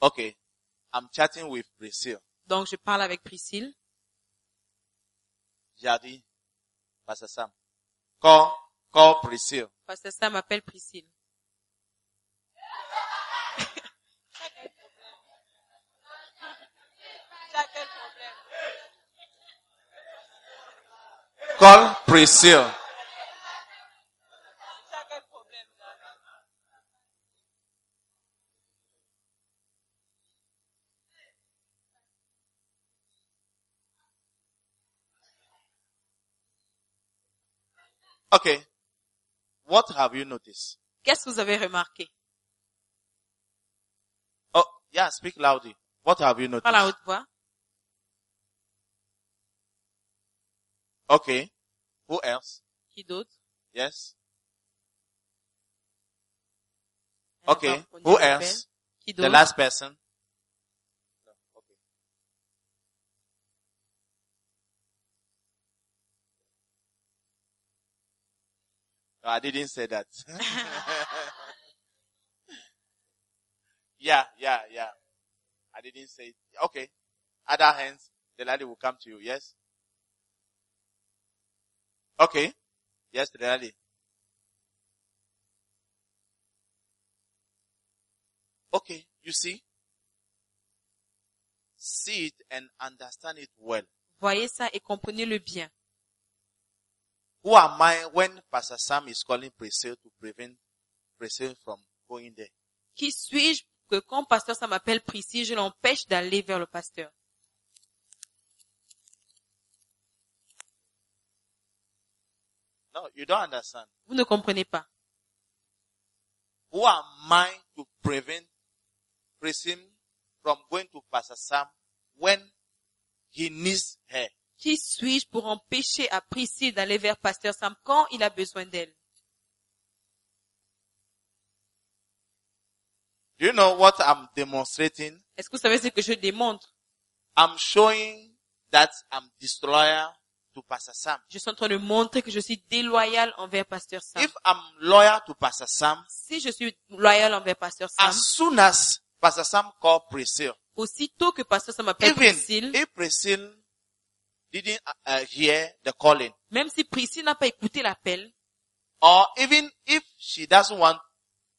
Speaker 2: Okay, I'm chatting with Priscilla.
Speaker 3: Donc je parle avec Priscille.
Speaker 2: Jadi, Pastor Sam. Call, call Priscilla.
Speaker 3: Pasteur Sam m'appelle Priscille.
Speaker 2: Call Priscilla. Okay. What have you noticed?
Speaker 3: Qu'est-ce que vous avez remarqué?
Speaker 2: Oh, yeah, speak loudly. What have you
Speaker 3: Parle à
Speaker 2: noticed?
Speaker 3: haute voix.
Speaker 2: Okay. Who else?
Speaker 3: Qui d'autre?
Speaker 2: Yes.
Speaker 3: Elle
Speaker 2: Okay.
Speaker 3: va- Hein? on y
Speaker 2: Who
Speaker 3: appelle.
Speaker 2: else?
Speaker 3: Qui
Speaker 2: The
Speaker 3: d'autre?
Speaker 2: last person. No, I didn't say that. yeah, yeah, yeah. I didn't say it. Okay. Other hands, the lady will come to you. Yes? Okay. Yes, the lady. Okay, you see? See it and understand it well.
Speaker 3: Voyez ça et comprenez-le bien.
Speaker 2: Who am I when Pastor Sam is calling Priscilla to prevent Priscilla from going there?
Speaker 3: Qui suis-je que quand pasteur ça m'appelle Priscille, je l'empêche d'aller vers le pasteur?
Speaker 2: No, you don't understand.
Speaker 3: Vous ne comprenez pas.
Speaker 2: Who am I to prevent Priscilla from going to Pastor Sam when he needs her?
Speaker 3: Qui suis-je pour empêcher à Priscille d'aller vers pasteur Sam quand il a besoin d'elle?
Speaker 2: Do you know what I'm demonstrating?
Speaker 3: Est-ce que vous savez ce que je démontre?
Speaker 2: I'm showing that I'm disloyal to Pastor Sam.
Speaker 3: Je suis en train de montrer que je suis déloyal envers pasteur Sam.
Speaker 2: If I'm loyal to Pastor Sam,
Speaker 3: si je suis loyal envers pasteur Sam,
Speaker 2: as soon as Pastor Sam called Priscilla,
Speaker 3: aussitôt que pasteur Sam m'appelle
Speaker 2: even
Speaker 3: Priscille,
Speaker 2: if Priscilla didn't uh, uh, hear the calling,
Speaker 3: même si Priscille n'a pas écouté l'appel,
Speaker 2: or even if she doesn't want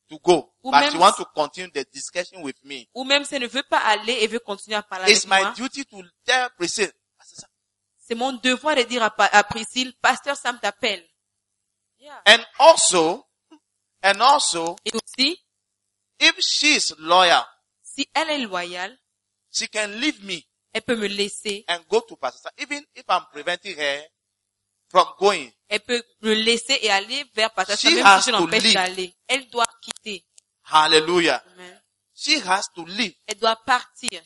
Speaker 2: to go,
Speaker 3: Ou
Speaker 2: but
Speaker 3: même
Speaker 2: she wants
Speaker 3: si-
Speaker 2: to continue the discussion with me,
Speaker 3: ou même si elle ne veut pas aller et veut continuer à parler
Speaker 2: it's
Speaker 3: avec
Speaker 2: my
Speaker 3: moi,
Speaker 2: duty to tell Priscilla, Pastor Sam.
Speaker 3: c'est mon devoir de dire à, Pa- à Priscille, pasteur Sam t'appelle. Yeah.
Speaker 2: and also, and also,
Speaker 3: Et aussi,
Speaker 2: if she's loyal,
Speaker 3: si elle est loyale,
Speaker 2: she can leave me
Speaker 3: elle peut me laisser,
Speaker 2: and go to Pastor Sam, even if I'm preventing her from going.
Speaker 3: elle peut me laisser et aller vers pasteur Sam,
Speaker 2: She
Speaker 3: même
Speaker 2: has
Speaker 3: si je
Speaker 2: to
Speaker 3: l'empêche
Speaker 2: leave.
Speaker 3: d'aller. Elle doit quitter.
Speaker 2: Hallelujah.
Speaker 3: Amen.
Speaker 2: She has to leave.
Speaker 3: Elle doit partir.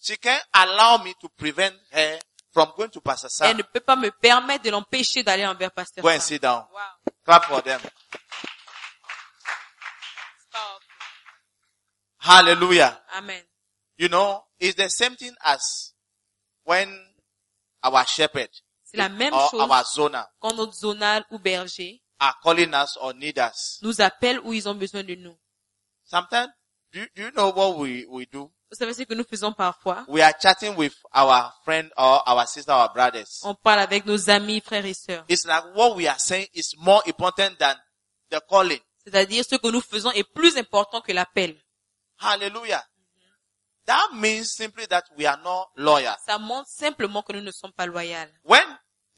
Speaker 2: She can't allow me to prevent her from going to Pastor
Speaker 3: Elle
Speaker 2: Sam.
Speaker 3: ne peut pas me permettre de l'empêcher d'aller envers pasteur
Speaker 2: Go and
Speaker 3: Sam.
Speaker 2: sit down.
Speaker 3: Wow.
Speaker 2: Clap for them.
Speaker 3: Powerful.
Speaker 2: Hallelujah.
Speaker 3: Amen.
Speaker 2: You know, it's the same thing as when our shepherd
Speaker 3: C'est la même
Speaker 2: or
Speaker 3: chose
Speaker 2: our zona
Speaker 3: quand notre zonal ou berger
Speaker 2: are calling us or need us.
Speaker 3: nous appellent où ils ont besoin de nous.
Speaker 2: Sometimes, do, you- do you know what we, we do?
Speaker 3: Vous savez ce que nous faisons parfois?
Speaker 2: We are chatting with our friend or our sister or brothers.
Speaker 3: On parle avec nos amis, frères et sœurs.
Speaker 2: It's like what we are saying is more important than the calling.
Speaker 3: C'est-à-dire ce que nous faisons est plus important que l'appel.
Speaker 2: Hallelujah. That means simply that we are not loyal.
Speaker 3: Ça montre simplement que nous ne sommes pas loyales.
Speaker 2: When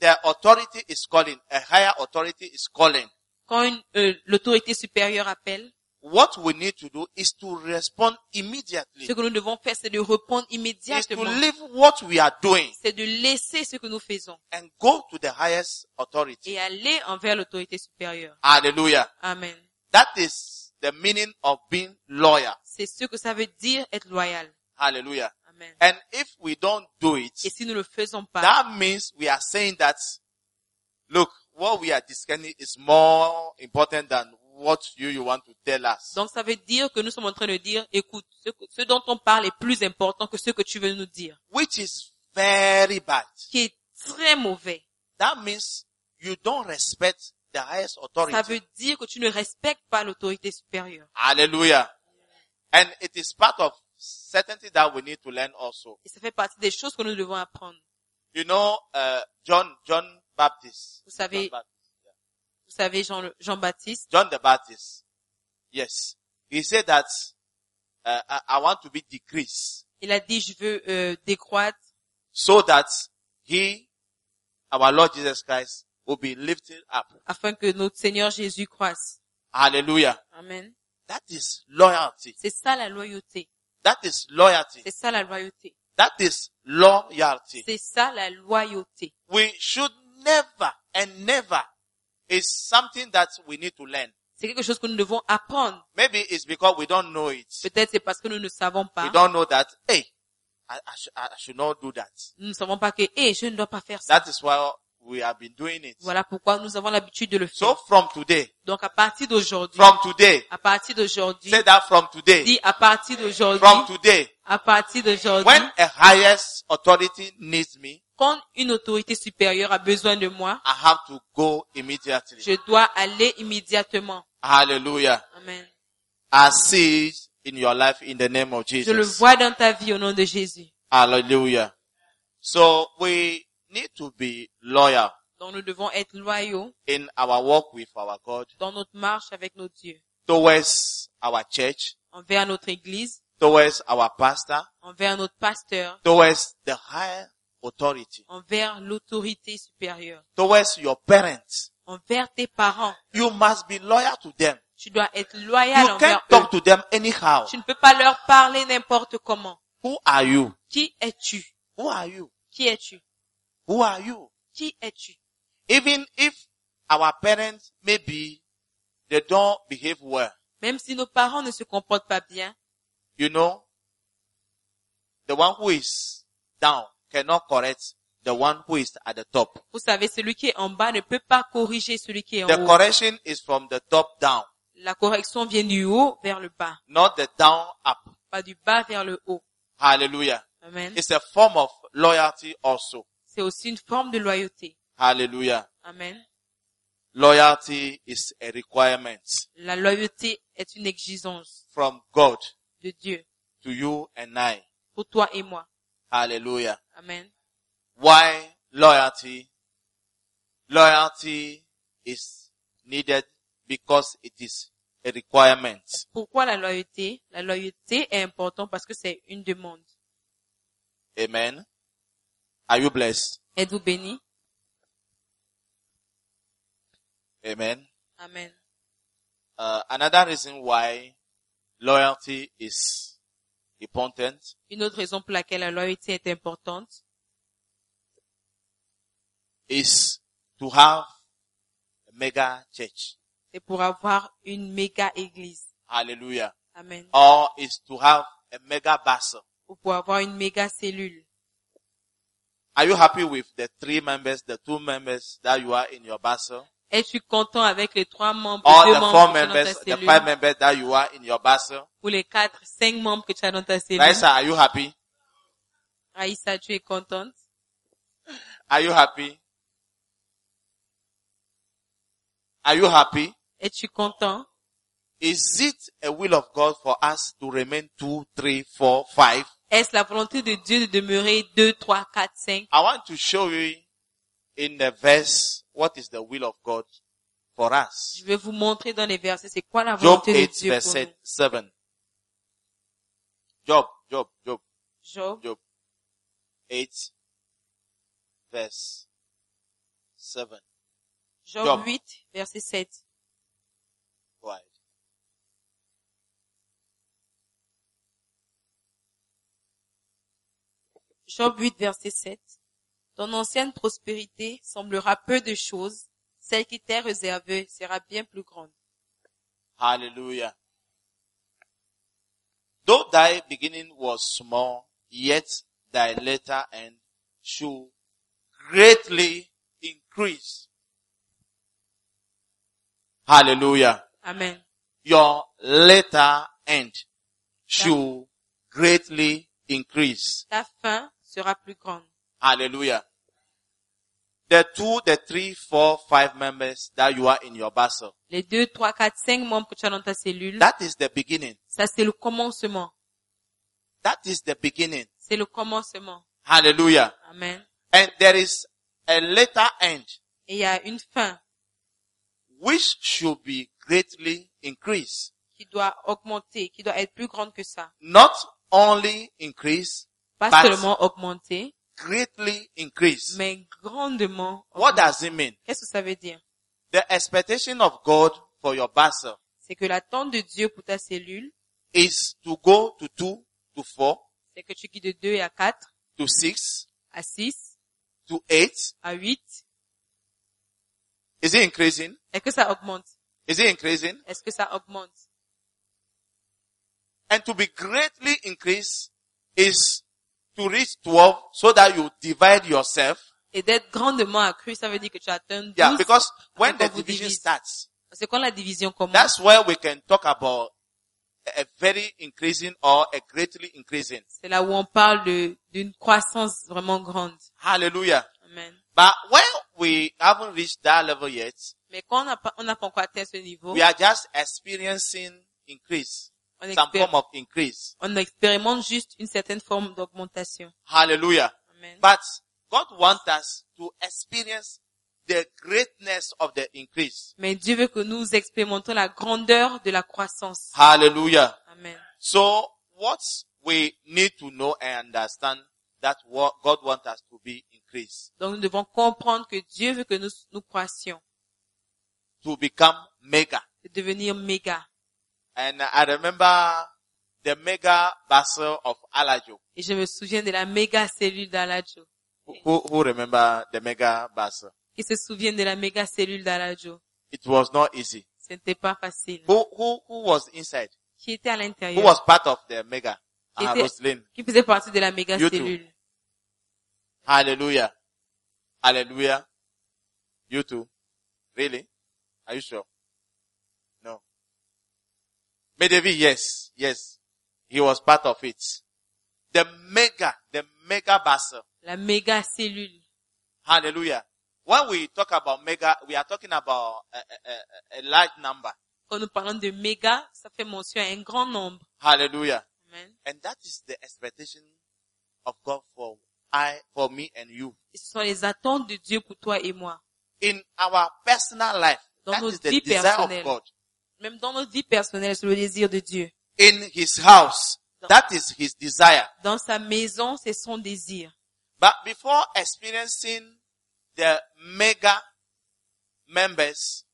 Speaker 2: the authority is calling, a higher authority is calling,
Speaker 3: Quand une, euh, l'autorité supérieure appelle,
Speaker 2: what we need to do is to respond immediately.
Speaker 3: ce que nous devons faire, c'est de répondre
Speaker 2: Is to
Speaker 3: immédiatement.
Speaker 2: leave what we are doing
Speaker 3: C'est de laisser ce que nous faisons
Speaker 2: and go to the highest authority.
Speaker 3: et aller envers l'autorité supérieure.
Speaker 2: Hallelujah.
Speaker 3: Amen.
Speaker 2: That is the meaning of being loyal.
Speaker 3: C'est ce que ça veut dire être loyal.
Speaker 2: Hallelujah.
Speaker 3: Amen.
Speaker 2: And if we don't do it,
Speaker 3: Et si nous ne le faisons pas,
Speaker 2: that means we are saying that, look, what we are discussing is more important than what you, you want to tell us.
Speaker 3: donc ça veut dire que nous sommes en train de dire, écoute, ce, que- ce dont on parle est plus important que ce que tu veux nous dire,
Speaker 2: Which is very bad.
Speaker 3: qui est très mauvais.
Speaker 2: That means you don't respect the highest
Speaker 3: Ça
Speaker 2: authority.
Speaker 3: veut dire que tu ne respectes pas l'autorité supérieure.
Speaker 2: Hallelujah. And it is part of certainty that we need to learn also.
Speaker 3: Et ça fait partie des choses que nous devons apprendre.
Speaker 2: You know, uh, John, John Baptist.
Speaker 3: Vous savez-
Speaker 2: John, Bap-
Speaker 3: Vous savez, Jean- Jean-Baptiste,
Speaker 2: John the Baptist. Yes. He said that, uh, I, I want to be decreased
Speaker 3: il a dit, je veux euh, décroître
Speaker 2: so that he, our Lord Jesus Christ, will be lifted up.
Speaker 3: afin que notre Seigneur Jésus croisse.
Speaker 2: Hallelujah.
Speaker 3: Amen.
Speaker 2: That is loyalty.
Speaker 3: C'est ça la loyauté.
Speaker 2: That is loyalty.
Speaker 3: C'est ça la loyauté.
Speaker 2: That is loyalty.
Speaker 3: C'est ça la loyauté.
Speaker 2: we should never and never is something that we need to learn.
Speaker 3: C'est quelque chose que nous devons apprendre.
Speaker 2: Maybe it's because we don't know it.
Speaker 3: Peut-être c'est parce que nous ne savons
Speaker 2: We
Speaker 3: pas.
Speaker 2: don't know that, hey, I, I, should- I should not do that.
Speaker 3: Nous ne savons pas que, eh, je ne dois pas faire ça.
Speaker 2: That is why we have been doing it.
Speaker 3: Voilà pourquoi nous avons l'habitude de le
Speaker 2: So
Speaker 3: faire.
Speaker 2: from today,
Speaker 3: Donc à partir d'aujourd'hui,
Speaker 2: from today,
Speaker 3: à partir d'aujourd'hui,
Speaker 2: say that from today,
Speaker 3: dis à partir d'aujourd'hui,
Speaker 2: from today,
Speaker 3: à partir d'aujourd'hui,
Speaker 2: when a highest authority needs me,
Speaker 3: Quand une autorité supérieure a besoin de moi,
Speaker 2: I have to go immediately.
Speaker 3: je dois aller immédiatement.
Speaker 2: Hallelujah.
Speaker 3: Amen.
Speaker 2: I see it in your life in the name of
Speaker 3: Je le
Speaker 2: Jesus.
Speaker 3: vois dans ta vie au nom de Jésus.
Speaker 2: Hallelujah. So we need to be loyal
Speaker 3: Donc nous devons être loyaux
Speaker 2: in our walk with our God,
Speaker 3: dans notre marche avec nos dieux,
Speaker 2: towards our church,
Speaker 3: envers notre église,
Speaker 2: towards our pastor,
Speaker 3: envers notre pasteur,
Speaker 2: towards the higher authority,
Speaker 3: envers l'autorité supérieure,
Speaker 2: towards your parents.
Speaker 3: envers tes parents.
Speaker 2: You must be loyal to them.
Speaker 3: Tu dois être
Speaker 2: You
Speaker 3: loyal
Speaker 2: can't
Speaker 3: envers eux.
Speaker 2: talk to them anyhow.
Speaker 3: Tu ne peux pas leur parler n'importe comment.
Speaker 2: Who are you?
Speaker 3: Qui es-tu?
Speaker 2: Who are you?
Speaker 3: Qui es-tu?
Speaker 2: Who are you?
Speaker 3: Qui es-tu?
Speaker 2: Even if our parents maybe they don't behave well,
Speaker 3: Même si nos parents ne se comportent pas bien,
Speaker 2: you know, the one who is down cannot correct the one who is at the top.
Speaker 3: vous savez, celui qui est en bas ne peut pas corriger celui qui est en
Speaker 2: The
Speaker 3: haut.
Speaker 2: correction is from the top down,
Speaker 3: La correction vient du haut vers le bas,
Speaker 2: not the down up.
Speaker 3: pas du bas vers le haut.
Speaker 2: Hallelujah.
Speaker 3: Amen.
Speaker 2: It's a form of loyalty also.
Speaker 3: C'est aussi une forme de loyauté.
Speaker 2: Hallelujah.
Speaker 3: Amen.
Speaker 2: Loyalty is a requirement
Speaker 3: La loyauté est une exigence
Speaker 2: from God
Speaker 3: de Dieu
Speaker 2: to you and I.
Speaker 3: pour toi et moi.
Speaker 2: Hallelujah.
Speaker 3: Amen.
Speaker 2: Why loyalty? Loyalty is needed because it is a requirement.
Speaker 3: Pourquoi la loyauté La loyauté est importante parce que c'est une demande.
Speaker 2: Amen. Are you blessed?
Speaker 3: Êtes-vous béni
Speaker 2: Amen.
Speaker 3: Amen.
Speaker 2: Uh, another reason why loyalty is important
Speaker 3: Une autre raison pour laquelle la loyauté est importante,
Speaker 2: is to have a mega church.
Speaker 3: c'est pour avoir une méga église.
Speaker 2: Hallelujah.
Speaker 3: Amen.
Speaker 2: Or is to have a mega basel.
Speaker 3: Ou pour avoir une méga cellule.
Speaker 2: Are you happy with the three members, the two members that you are in your basel?
Speaker 3: Es-tu content avec les trois membres,
Speaker 2: Or
Speaker 3: deux
Speaker 2: the four
Speaker 3: membres que tu
Speaker 2: members, the
Speaker 3: as dans ta cellule,
Speaker 2: five members that you are in your basel?
Speaker 3: ou les quatre, cinq membres que tu as dans ta cellule
Speaker 2: Raisa, are you happy?
Speaker 3: Raïssa, tu es contente
Speaker 2: Are you happy? Are you happy?
Speaker 3: Es-tu content
Speaker 2: Is it a will of God for us to remain two, three, four, five?
Speaker 3: Est-ce la volonté de Dieu de demeurer deux, trois, quatre, cinq
Speaker 2: I want to show you in the verse what is the will of God for us.
Speaker 3: Je vais vous montrer dans les versets, c'est quoi la
Speaker 2: Job
Speaker 3: volonté de
Speaker 2: 8
Speaker 3: Dieu pour nous.
Speaker 2: verset 7. Job, Job, Job,
Speaker 3: Job
Speaker 2: Job 8 verse 7.
Speaker 3: Job
Speaker 2: Job.
Speaker 3: 8, verset 7.
Speaker 2: Go ahead.
Speaker 3: Job 8, verset 7. Ton ancienne prospérité semblera peu de choses. Celle qui t'est réservée sera bien plus grande.
Speaker 2: Hallelujah. Though thy beginning was small, yet thy latter end should greatly increase. Hallelujah.
Speaker 3: Amen.
Speaker 2: Your latter end should greatly increase.
Speaker 3: Ta fin sera plus grande.
Speaker 2: Hallelujah. The two, the three, four, five members that you are in your vessel.
Speaker 3: Les deux, trois, quatre, cinq membres que tu as dans ta cellule,
Speaker 2: That is the beginning.
Speaker 3: ça c'est le commencement.
Speaker 2: That is the beginning.
Speaker 3: C'est le commencement.
Speaker 2: Hallelujah.
Speaker 3: Amen.
Speaker 2: And there is a later end
Speaker 3: Et il y a une fin
Speaker 2: which should be greatly increased.
Speaker 3: qui doit augmenter, qui doit être plus grande que ça.
Speaker 2: Not only increase,
Speaker 3: Pas
Speaker 2: But-
Speaker 3: seulement augmenter,
Speaker 2: greatly increase.
Speaker 3: mais grandement.
Speaker 2: What
Speaker 3: augmenter.
Speaker 2: does it mean?
Speaker 3: Qu'est-ce que ça veut dire?
Speaker 2: The expectation of God for your vessel
Speaker 3: c'est que l'attente de Dieu pour ta cellule,
Speaker 2: is to go to two, to four,
Speaker 3: c'est que tu quittes de 2 à 4,
Speaker 2: to six,
Speaker 3: à 6,
Speaker 2: to eight.
Speaker 3: à 8.
Speaker 2: Is it increasing?
Speaker 3: Est-ce que ça augmente?
Speaker 2: Is it increasing?
Speaker 3: Est-ce que ça augmente?
Speaker 2: and to be greatly increased is to reach 12 so that you divide yourself.
Speaker 3: Et d'être grandement accru, ça veut dire que tu atteins 12.
Speaker 2: Yeah, because when the
Speaker 3: Because we
Speaker 2: division
Speaker 3: divide.
Speaker 2: starts,
Speaker 3: C'est quand la division commence.
Speaker 2: that's where we can talk about a very increasing or a greatly increasing.
Speaker 3: C'est là où on parle de, d'une croissance vraiment grande.
Speaker 2: Hallelujah.
Speaker 3: Amen.
Speaker 2: But when we haven't reached that level yet,
Speaker 3: Mais quand on n'a pas, on n'a pas encore atteint ce niveau,
Speaker 2: we are just experiencing increase,
Speaker 3: on,
Speaker 2: some
Speaker 3: expér-
Speaker 2: form of increase.
Speaker 3: on expérimente juste une certaine forme d'augmentation.
Speaker 2: Hallelujah.
Speaker 3: Amen.
Speaker 2: But God wants us to experience the greatness of the increase.
Speaker 3: Mais Dieu veut que nous expérimentons la grandeur de la croissance.
Speaker 2: Hallelujah.
Speaker 3: Amen.
Speaker 2: So what we need to know and understand that what God wants us to be increased,
Speaker 3: Donc nous devons comprendre que Dieu veut que nous, nous croissions,
Speaker 2: to become mega.
Speaker 3: de devenir méga.
Speaker 2: And I remember the mega battle of Alajo.
Speaker 3: Et je me souviens de la méga cellule d'Aladjo.
Speaker 2: Who, who remember the mega battle?
Speaker 3: Qui se souvient de la méga cellule d'Aladjo?
Speaker 2: It was not easy.
Speaker 3: Ce n'était pas facile.
Speaker 2: Who, who, who was inside?
Speaker 3: Qui était à
Speaker 2: Who
Speaker 3: l'intérieur?
Speaker 2: was part of the mega? Ah,
Speaker 3: Était-
Speaker 2: Roslyn.
Speaker 3: Qui faisait partie de la méga
Speaker 2: You too.
Speaker 3: cellule?
Speaker 2: Hallelujah. Hallelujah. You too. Really? Are you sure? No. Medevi, yes, yes. He was part of it. The mega, the mega battle.
Speaker 3: La méga cellule.
Speaker 2: Hallelujah. When we talk about mega, we are talking about a, a- a- a large number.
Speaker 3: Quand nous parlons de méga, ça fait mention à un grand nombre.
Speaker 2: Hallelujah.
Speaker 3: Amen.
Speaker 2: And that is the expectation of God for I, for me and you.
Speaker 3: Et ce sont les attentes de Dieu pour toi et moi.
Speaker 2: In our personal life,
Speaker 3: Dans
Speaker 2: that
Speaker 3: nos
Speaker 2: is the
Speaker 3: vies
Speaker 2: desire of
Speaker 3: personnelles.
Speaker 2: God.
Speaker 3: Même dans nos vies personnelles, c'est le désir de Dieu.
Speaker 2: In His house, that is His desire.
Speaker 3: Dans sa maison, c'est son désir.
Speaker 2: But before experiencing the mega members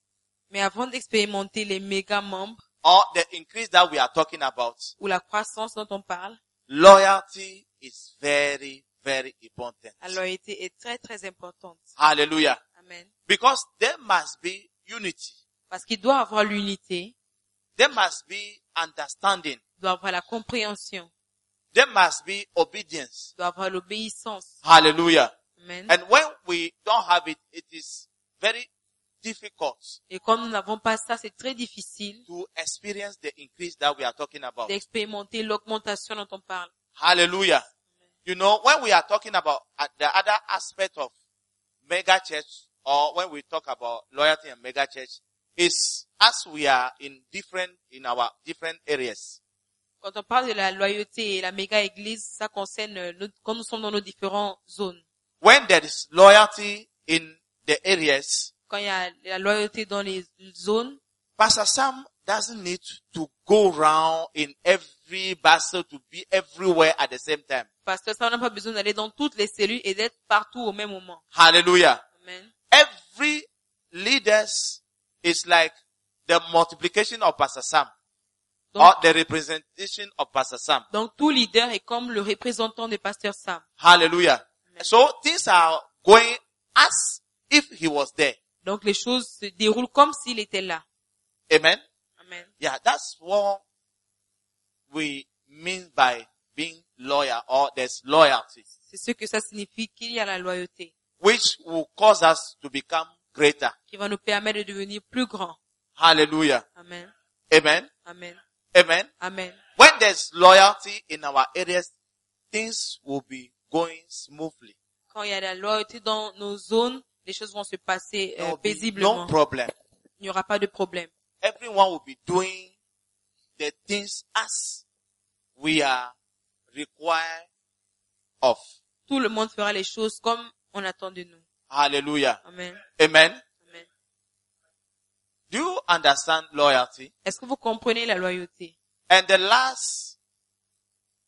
Speaker 3: Mais avant d'expérimenter les méga membres
Speaker 2: or the increase that we are talking about,
Speaker 3: ou la croissance dont on parle,
Speaker 2: loyalty is very, very important.
Speaker 3: la loyauté est très très importante.
Speaker 2: Hallelujah.
Speaker 3: Amen.
Speaker 2: Because there must be unity.
Speaker 3: Parce qu'il doit avoir l'unité,
Speaker 2: There must be understanding.
Speaker 3: il doit avoir la compréhension,
Speaker 2: There must be obedience.
Speaker 3: il doit avoir l'obéissance.
Speaker 2: Hallelujah.
Speaker 3: Amen.
Speaker 2: And when we don't have it, it is very difficult
Speaker 3: Et quand nous n'avons pas ça, c'est très difficile
Speaker 2: to experience the increase that we are talking about.
Speaker 3: d'expérimenter l'augmentation dont on parle.
Speaker 2: Hallelujah. You know, when we are talking about uh, the other aspect of mega church or when we talk about loyalty and mega church is as we are in different, in our different areas.
Speaker 3: Quand on parle de la loyauté et la méga église, ça concerne euh, nos- quand nous sommes dans nos différentes zones.
Speaker 2: When there is loyalty in the areas,
Speaker 3: Quand il y a la loyauté dans les zones,
Speaker 2: Pastor Sam doesn't need to go round in every battle to be everywhere at the same time.
Speaker 3: parce que ça, on n'a pas besoin d'aller dans toutes les cellules et d'être partout au même moment.
Speaker 2: Hallelujah.
Speaker 3: Amen.
Speaker 2: Every leaders is like the multiplication of Pastor Sam or
Speaker 3: Donc,
Speaker 2: the representation of Pastor Sam.
Speaker 3: donc, tout leader est comme le représentant de Pasteur Sam.
Speaker 2: Hallelujah.
Speaker 3: Amen.
Speaker 2: So things are going as if he was there.
Speaker 3: Donc les choses se déroulent comme s'il était là.
Speaker 2: Amen.
Speaker 3: Amen.
Speaker 2: Yeah, that's what we mean by being loyal or there's loyalty,
Speaker 3: C'est ce que ça signifie qu'il y a la loyauté
Speaker 2: which will cause us to become greater.
Speaker 3: qui va nous permettre de devenir plus grands.
Speaker 2: Hallelujah.
Speaker 3: Amen.
Speaker 2: Amen.
Speaker 3: Amen.
Speaker 2: Amen.
Speaker 3: Amen.
Speaker 2: When there's loyalty in our areas, things will be going smoothly.
Speaker 3: Quand il y a la loyauté dans nos zones, les choses vont se passer
Speaker 2: There
Speaker 3: euh,
Speaker 2: will be
Speaker 3: paisiblement.
Speaker 2: No problem.
Speaker 3: Il n'y aura pas de problème.
Speaker 2: Everyone will be doing the things as we are required of.
Speaker 3: Tout le monde fera les choses comme on attend de nous.
Speaker 2: Hallelujah.
Speaker 3: Amen.
Speaker 2: Amen.
Speaker 3: Amen.
Speaker 2: Do you understand loyalty?
Speaker 3: Est-ce que vous comprenez la loyauté
Speaker 2: And the last,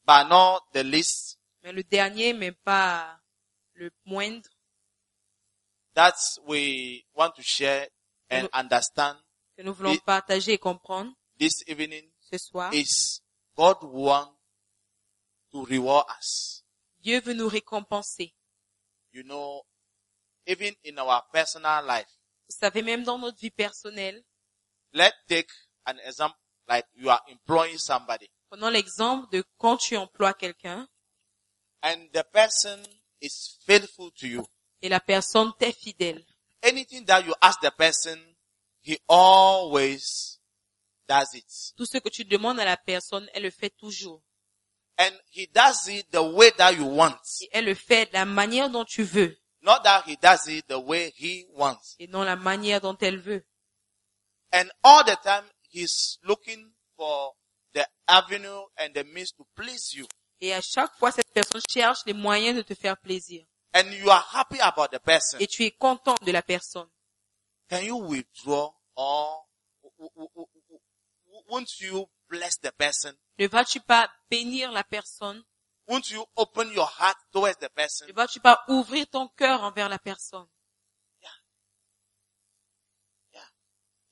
Speaker 2: but not the least,
Speaker 3: Mais le dernier, mais pas le moindre,
Speaker 2: that we want to share and understand
Speaker 3: que nous voulons
Speaker 2: Et-
Speaker 3: partager et comprendre
Speaker 2: this evening
Speaker 3: ce soir,
Speaker 2: is God want to reward us.
Speaker 3: Dieu veut nous récompenser.
Speaker 2: You know, even in our personal life.
Speaker 3: Vous savez, même dans notre vie personnelle,
Speaker 2: Let's take an example like you are employing somebody
Speaker 3: prenons l'exemple de quand tu emploies quelqu'un
Speaker 2: and the person is faithful to you.
Speaker 3: et la personne t'est fidèle.
Speaker 2: Anything that you ask the person, he always does it.
Speaker 3: Tout ce que tu demandes à la personne, elle le fait toujours.
Speaker 2: And he does it the way that you want.
Speaker 3: Et elle le fait de la manière dont tu veux
Speaker 2: Not that he does it the way he wants.
Speaker 3: et non la manière dont elle veut.
Speaker 2: And all the time he's looking for the avenue and the means to please you.
Speaker 3: Et à chaque fois, cette personne cherche les moyens de te faire plaisir.
Speaker 2: And you are happy about the person.
Speaker 3: Et tu es content de la personne.
Speaker 2: Can you withdraw or w- w- w- w- won't you bless the person?
Speaker 3: Ne vas-tu pas bénir la personne?
Speaker 2: Won't you open your heart towards the person?
Speaker 3: Ne vas-tu pas ouvrir ton cœur envers la personne?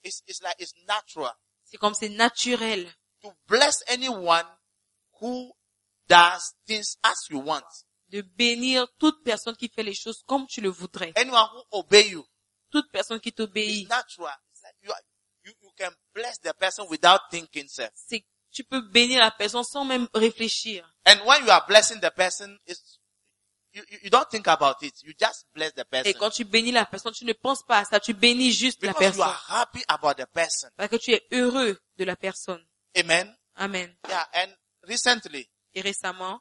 Speaker 2: It's, it's like it's natural
Speaker 3: C'est comme c'est naturel
Speaker 2: to bless anyone who does things as you want.
Speaker 3: de bénir toute personne qui fait les choses comme tu le voudrais.
Speaker 2: Anyone who obey you.
Speaker 3: Toute personne qui
Speaker 2: It's
Speaker 3: t'obéit.
Speaker 2: natural. It's like you, are, you, you can bless the person without thinking self.
Speaker 3: C'est, tu peux bénir la personne sans même réfléchir.
Speaker 2: And when you are blessing the person, it's, you, you, you don't think about it. You just bless the person.
Speaker 3: Et quand tu bénis la personne, tu ne penses pas à ça. Tu bénis juste la
Speaker 2: Because you are
Speaker 3: personne.
Speaker 2: happy about the person.
Speaker 3: Parce que tu es heureux de la personne.
Speaker 2: Amen.
Speaker 3: Amen.
Speaker 2: Yeah. And recently,
Speaker 3: Et récemment,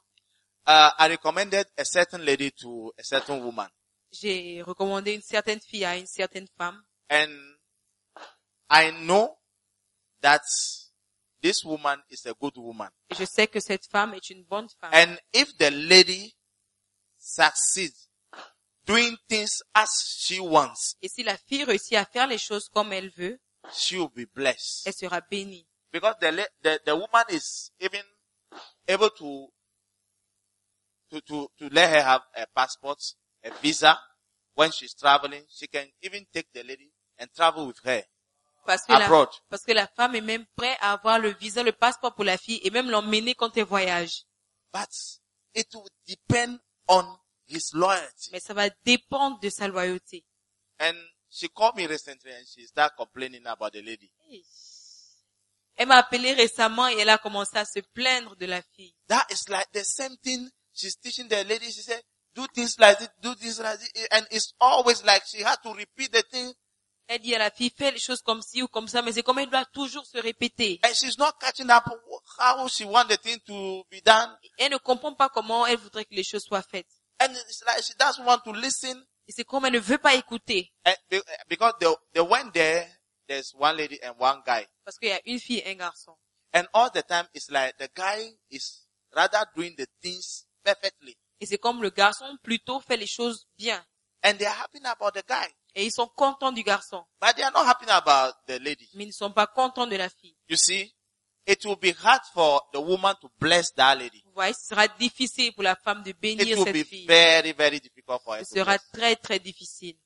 Speaker 2: uh, I recommended a certain lady to a certain woman.
Speaker 3: j'ai recommandé une certaine fille à une certaine femme.
Speaker 2: And I know that this woman is a good woman.
Speaker 3: Et je sais que cette femme est une bonne femme.
Speaker 2: And if the lady succeeds doing things as she wants,
Speaker 3: Et si la fille réussit à faire les choses comme elle veut,
Speaker 2: she will be blessed.
Speaker 3: elle sera bénie.
Speaker 2: because the, la- the the woman is even able to to to to let her have a passport, a visa when she's traveling. She can even take the lady and travel with her.
Speaker 3: Parce que, la,
Speaker 2: Abroad.
Speaker 3: parce que la femme est même prête à avoir le visa, le passeport pour la fille et même l'emmener quand elle voyage.
Speaker 2: But it will depend on his loyalty.
Speaker 3: Mais ça va dépendre de sa loyauté.
Speaker 2: And she called me recently and she started complaining about the lady.
Speaker 3: Elle m'a appelé récemment et elle a commencé à se plaindre de la fille.
Speaker 2: That is like the same thing she's teaching the lady. She said, do things like this, do things like this. And it's always like she had to repeat the thing
Speaker 3: Elle dit à la fille, fais les choses comme ci ou comme ça, mais c'est comme elle doit toujours se répéter.
Speaker 2: and she's not catching up how she want the thing to be done,
Speaker 3: Elle ne comprend pas comment elle voudrait que les choses soient faites.
Speaker 2: and it's like she doesn't want to listen.
Speaker 3: Et c'est comme elle ne veut pas écouter.
Speaker 2: And be- eh, because they, they went there, there's one lady and one guy,
Speaker 3: Parce qu'il y a une fille et un garçon.
Speaker 2: and all the time it's like the guy is rather doing the things perfectly,
Speaker 3: Et c'est comme le garçon plutôt fait les choses bien.
Speaker 2: and they're happy about the guy,
Speaker 3: Et ils sont contents du garçon,
Speaker 2: but they are not happy about the lady.
Speaker 3: mais ils ne sont pas contents de la fille.
Speaker 2: You see, it will be hard for the woman to bless that lady.
Speaker 3: Vous voyez, ce sera difficile pour la femme de
Speaker 2: It
Speaker 3: bénir
Speaker 2: will be
Speaker 3: cette fille.
Speaker 2: very, very difficult for her.
Speaker 3: Ce
Speaker 2: To
Speaker 3: sera
Speaker 2: bless.
Speaker 3: très très difficile.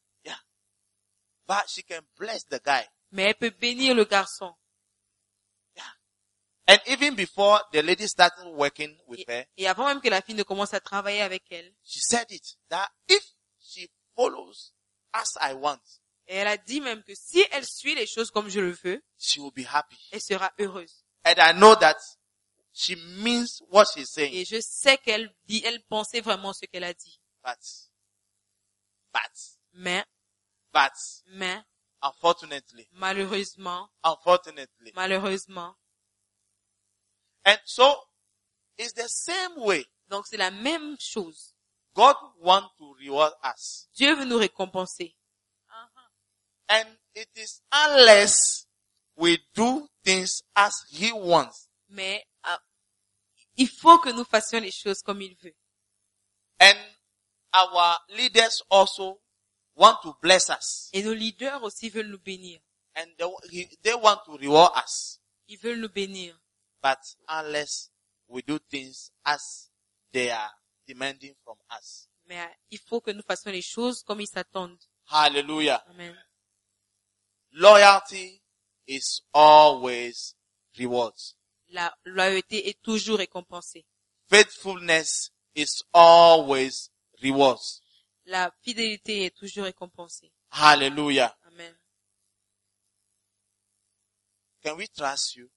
Speaker 2: But she can bless the guy.
Speaker 3: Mais elle peut bénir le garçon.
Speaker 2: And even before the lady started working with
Speaker 3: Et,
Speaker 2: her,
Speaker 3: et avant même que la fille ne commence à travailler avec elle,
Speaker 2: She said it that if she follows as I want,
Speaker 3: et elle a dit même que si elle suit les choses comme je le veux,
Speaker 2: she will be happy.
Speaker 3: elle sera heureuse.
Speaker 2: And I know that she means what she's saying.
Speaker 3: Et je sais qu'elle dit, elle pensait vraiment ce qu'elle a dit.
Speaker 2: But, but,
Speaker 3: Mais,
Speaker 2: but,
Speaker 3: mais,
Speaker 2: unfortunately,
Speaker 3: malheureusement,
Speaker 2: unfortunately.
Speaker 3: malheureusement.
Speaker 2: And so, it's the same way
Speaker 3: Donc c'est la même chose.
Speaker 2: God wants to reward us.
Speaker 3: Dieu veut nous récompenser.
Speaker 2: And it is unless we do things as He wants.
Speaker 3: mais ah, il faut que nous fassions les choses comme il veut.
Speaker 2: And our leaders also want to bless us.
Speaker 3: Et nos leaders aussi veulent nous bénir.
Speaker 2: and they, he- they want to reward us.
Speaker 3: Ils veulent nous bénir.
Speaker 2: But unless we do things as they are demanding from us.
Speaker 3: Mais ah, il faut que nous fassions les choses comme ils s'attendent.
Speaker 2: Hallelujah.
Speaker 3: Amen.
Speaker 2: Loyalty is always rewards.
Speaker 3: La loyauté est toujours récompensée.
Speaker 2: Faithfulness is always rewards.
Speaker 3: La fidélité est toujours récompensée.
Speaker 2: Hallelujah.
Speaker 3: Amen.
Speaker 2: Can we trust you?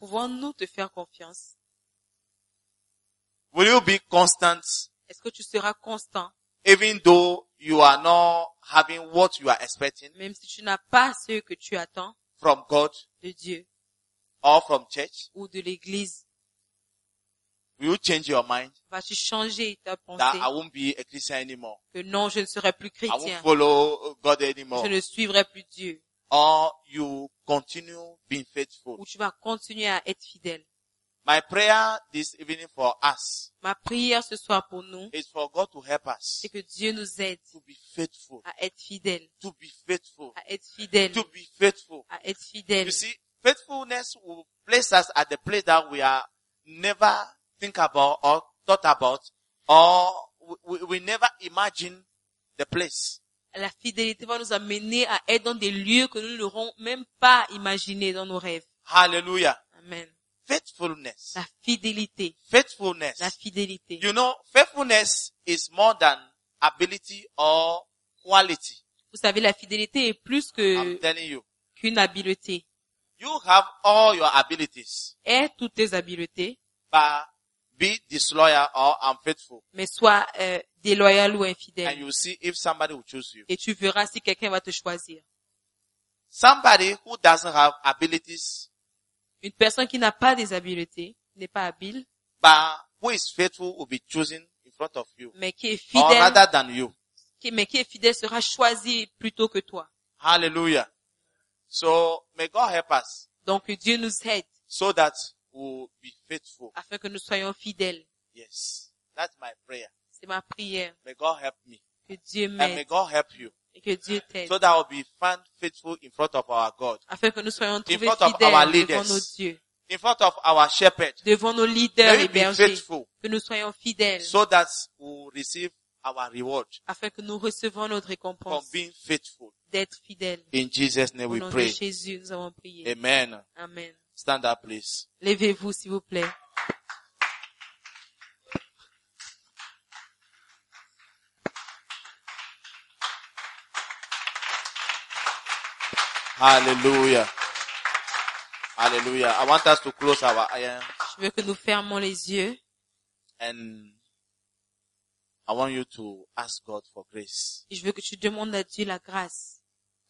Speaker 3: Pouvons-nous te faire confiance?
Speaker 2: Will you be constant
Speaker 3: Est-ce que tu seras constant,
Speaker 2: even though you are not having what you are expecting
Speaker 3: même si tu n'as pas ce que tu attends
Speaker 2: from God?
Speaker 3: de Dieu?
Speaker 2: or from church,
Speaker 3: ou de l'église.
Speaker 2: will you change your mind
Speaker 3: Vas-tu changer ta
Speaker 2: that
Speaker 3: pensée
Speaker 2: I won't be a Christian anymore?
Speaker 3: que non, je ne serai plus
Speaker 2: I won't
Speaker 3: chrétien,
Speaker 2: follow God anymore.
Speaker 3: je ne suivrai plus Dieu,
Speaker 2: Or you continue being faithful.
Speaker 3: ou tu vas continuer à être fidèle.
Speaker 2: My prayer this evening for us
Speaker 3: Ma prière ce soir pour nous,
Speaker 2: is for God to help us
Speaker 3: c'est que Dieu nous aide
Speaker 2: to be faithful,
Speaker 3: à être fidèle,
Speaker 2: to be faithful,
Speaker 3: à être fidèle,
Speaker 2: to be faithful.
Speaker 3: à être fidèle.
Speaker 2: You see, faithfulness will place us at the place that we are never think about or thought about or we, we, we never imagine the place.
Speaker 3: La fidélité va nous amener à être dans des lieux que nous n'aurons même pas imaginés dans nos rêves.
Speaker 2: Hallelujah.
Speaker 3: Amen.
Speaker 2: Faithfulness.
Speaker 3: La fidélité,
Speaker 2: Faithfulness.
Speaker 3: la fidélité.
Speaker 2: You know, faithfulness is more than ability or quality.
Speaker 3: Vous savez, la fidélité est plus
Speaker 2: I'm
Speaker 3: que
Speaker 2: telling you.
Speaker 3: qu'une habileté.
Speaker 2: You have all your abilities,
Speaker 3: Aie toutes tes habiletés,
Speaker 2: but be disloyal or unfaithful.
Speaker 3: mais sois euh, déloyal ou
Speaker 2: And
Speaker 3: infidèle.
Speaker 2: you see if somebody will choose you.
Speaker 3: Et tu verras si quelqu'un va te choisir.
Speaker 2: Somebody who doesn't have abilities,
Speaker 3: Une personne qui n'a pas des habiletés, n'est pas habile,
Speaker 2: but who is faithful will be chosen in front of you.
Speaker 3: mais qui est
Speaker 2: Or
Speaker 3: fidèle,
Speaker 2: rather than you.
Speaker 3: qui, mais qui est fidèle sera choisi plutôt que toi.
Speaker 2: Hallelujah. So may God help us
Speaker 3: Donc que Dieu nous aide
Speaker 2: so that we'll be faithful.
Speaker 3: afin que nous soyons fidèles.
Speaker 2: Yes. That's my prayer.
Speaker 3: C'est ma prière.
Speaker 2: May God help me.
Speaker 3: Que Dieu
Speaker 2: And may
Speaker 3: m'aide
Speaker 2: God help you.
Speaker 3: et que Dieu t'aide.
Speaker 2: So that we'll be found faithful in front of our God.
Speaker 3: Afin que nous soyons trouvés
Speaker 2: front of our
Speaker 3: fidèles
Speaker 2: leaders.
Speaker 3: devant nos dieux,
Speaker 2: In front of our shepherd.
Speaker 3: devant nos leaders,
Speaker 2: May
Speaker 3: les
Speaker 2: we be
Speaker 3: bergers.
Speaker 2: faithful.
Speaker 3: Que nous soyons fidèles
Speaker 2: so that we'll receive our reward
Speaker 3: afin que nous recevons notre
Speaker 2: from
Speaker 3: récompense
Speaker 2: being faithful.
Speaker 3: d'être fidèles.
Speaker 2: In Jesus' name
Speaker 3: Au
Speaker 2: we
Speaker 3: nom de
Speaker 2: pray.
Speaker 3: Jésus, nous avons prié.
Speaker 2: Amen.
Speaker 3: Amen.
Speaker 2: Stand up, please.
Speaker 3: Levez-vous, s'il vous plaît.
Speaker 2: Hallelujah. Hallelujah. I want us to close our eye
Speaker 3: Je veux que nous fermons les yeux
Speaker 2: and I want you to ask God for grace.
Speaker 3: et je veux que tu demandes à Dieu la grâce.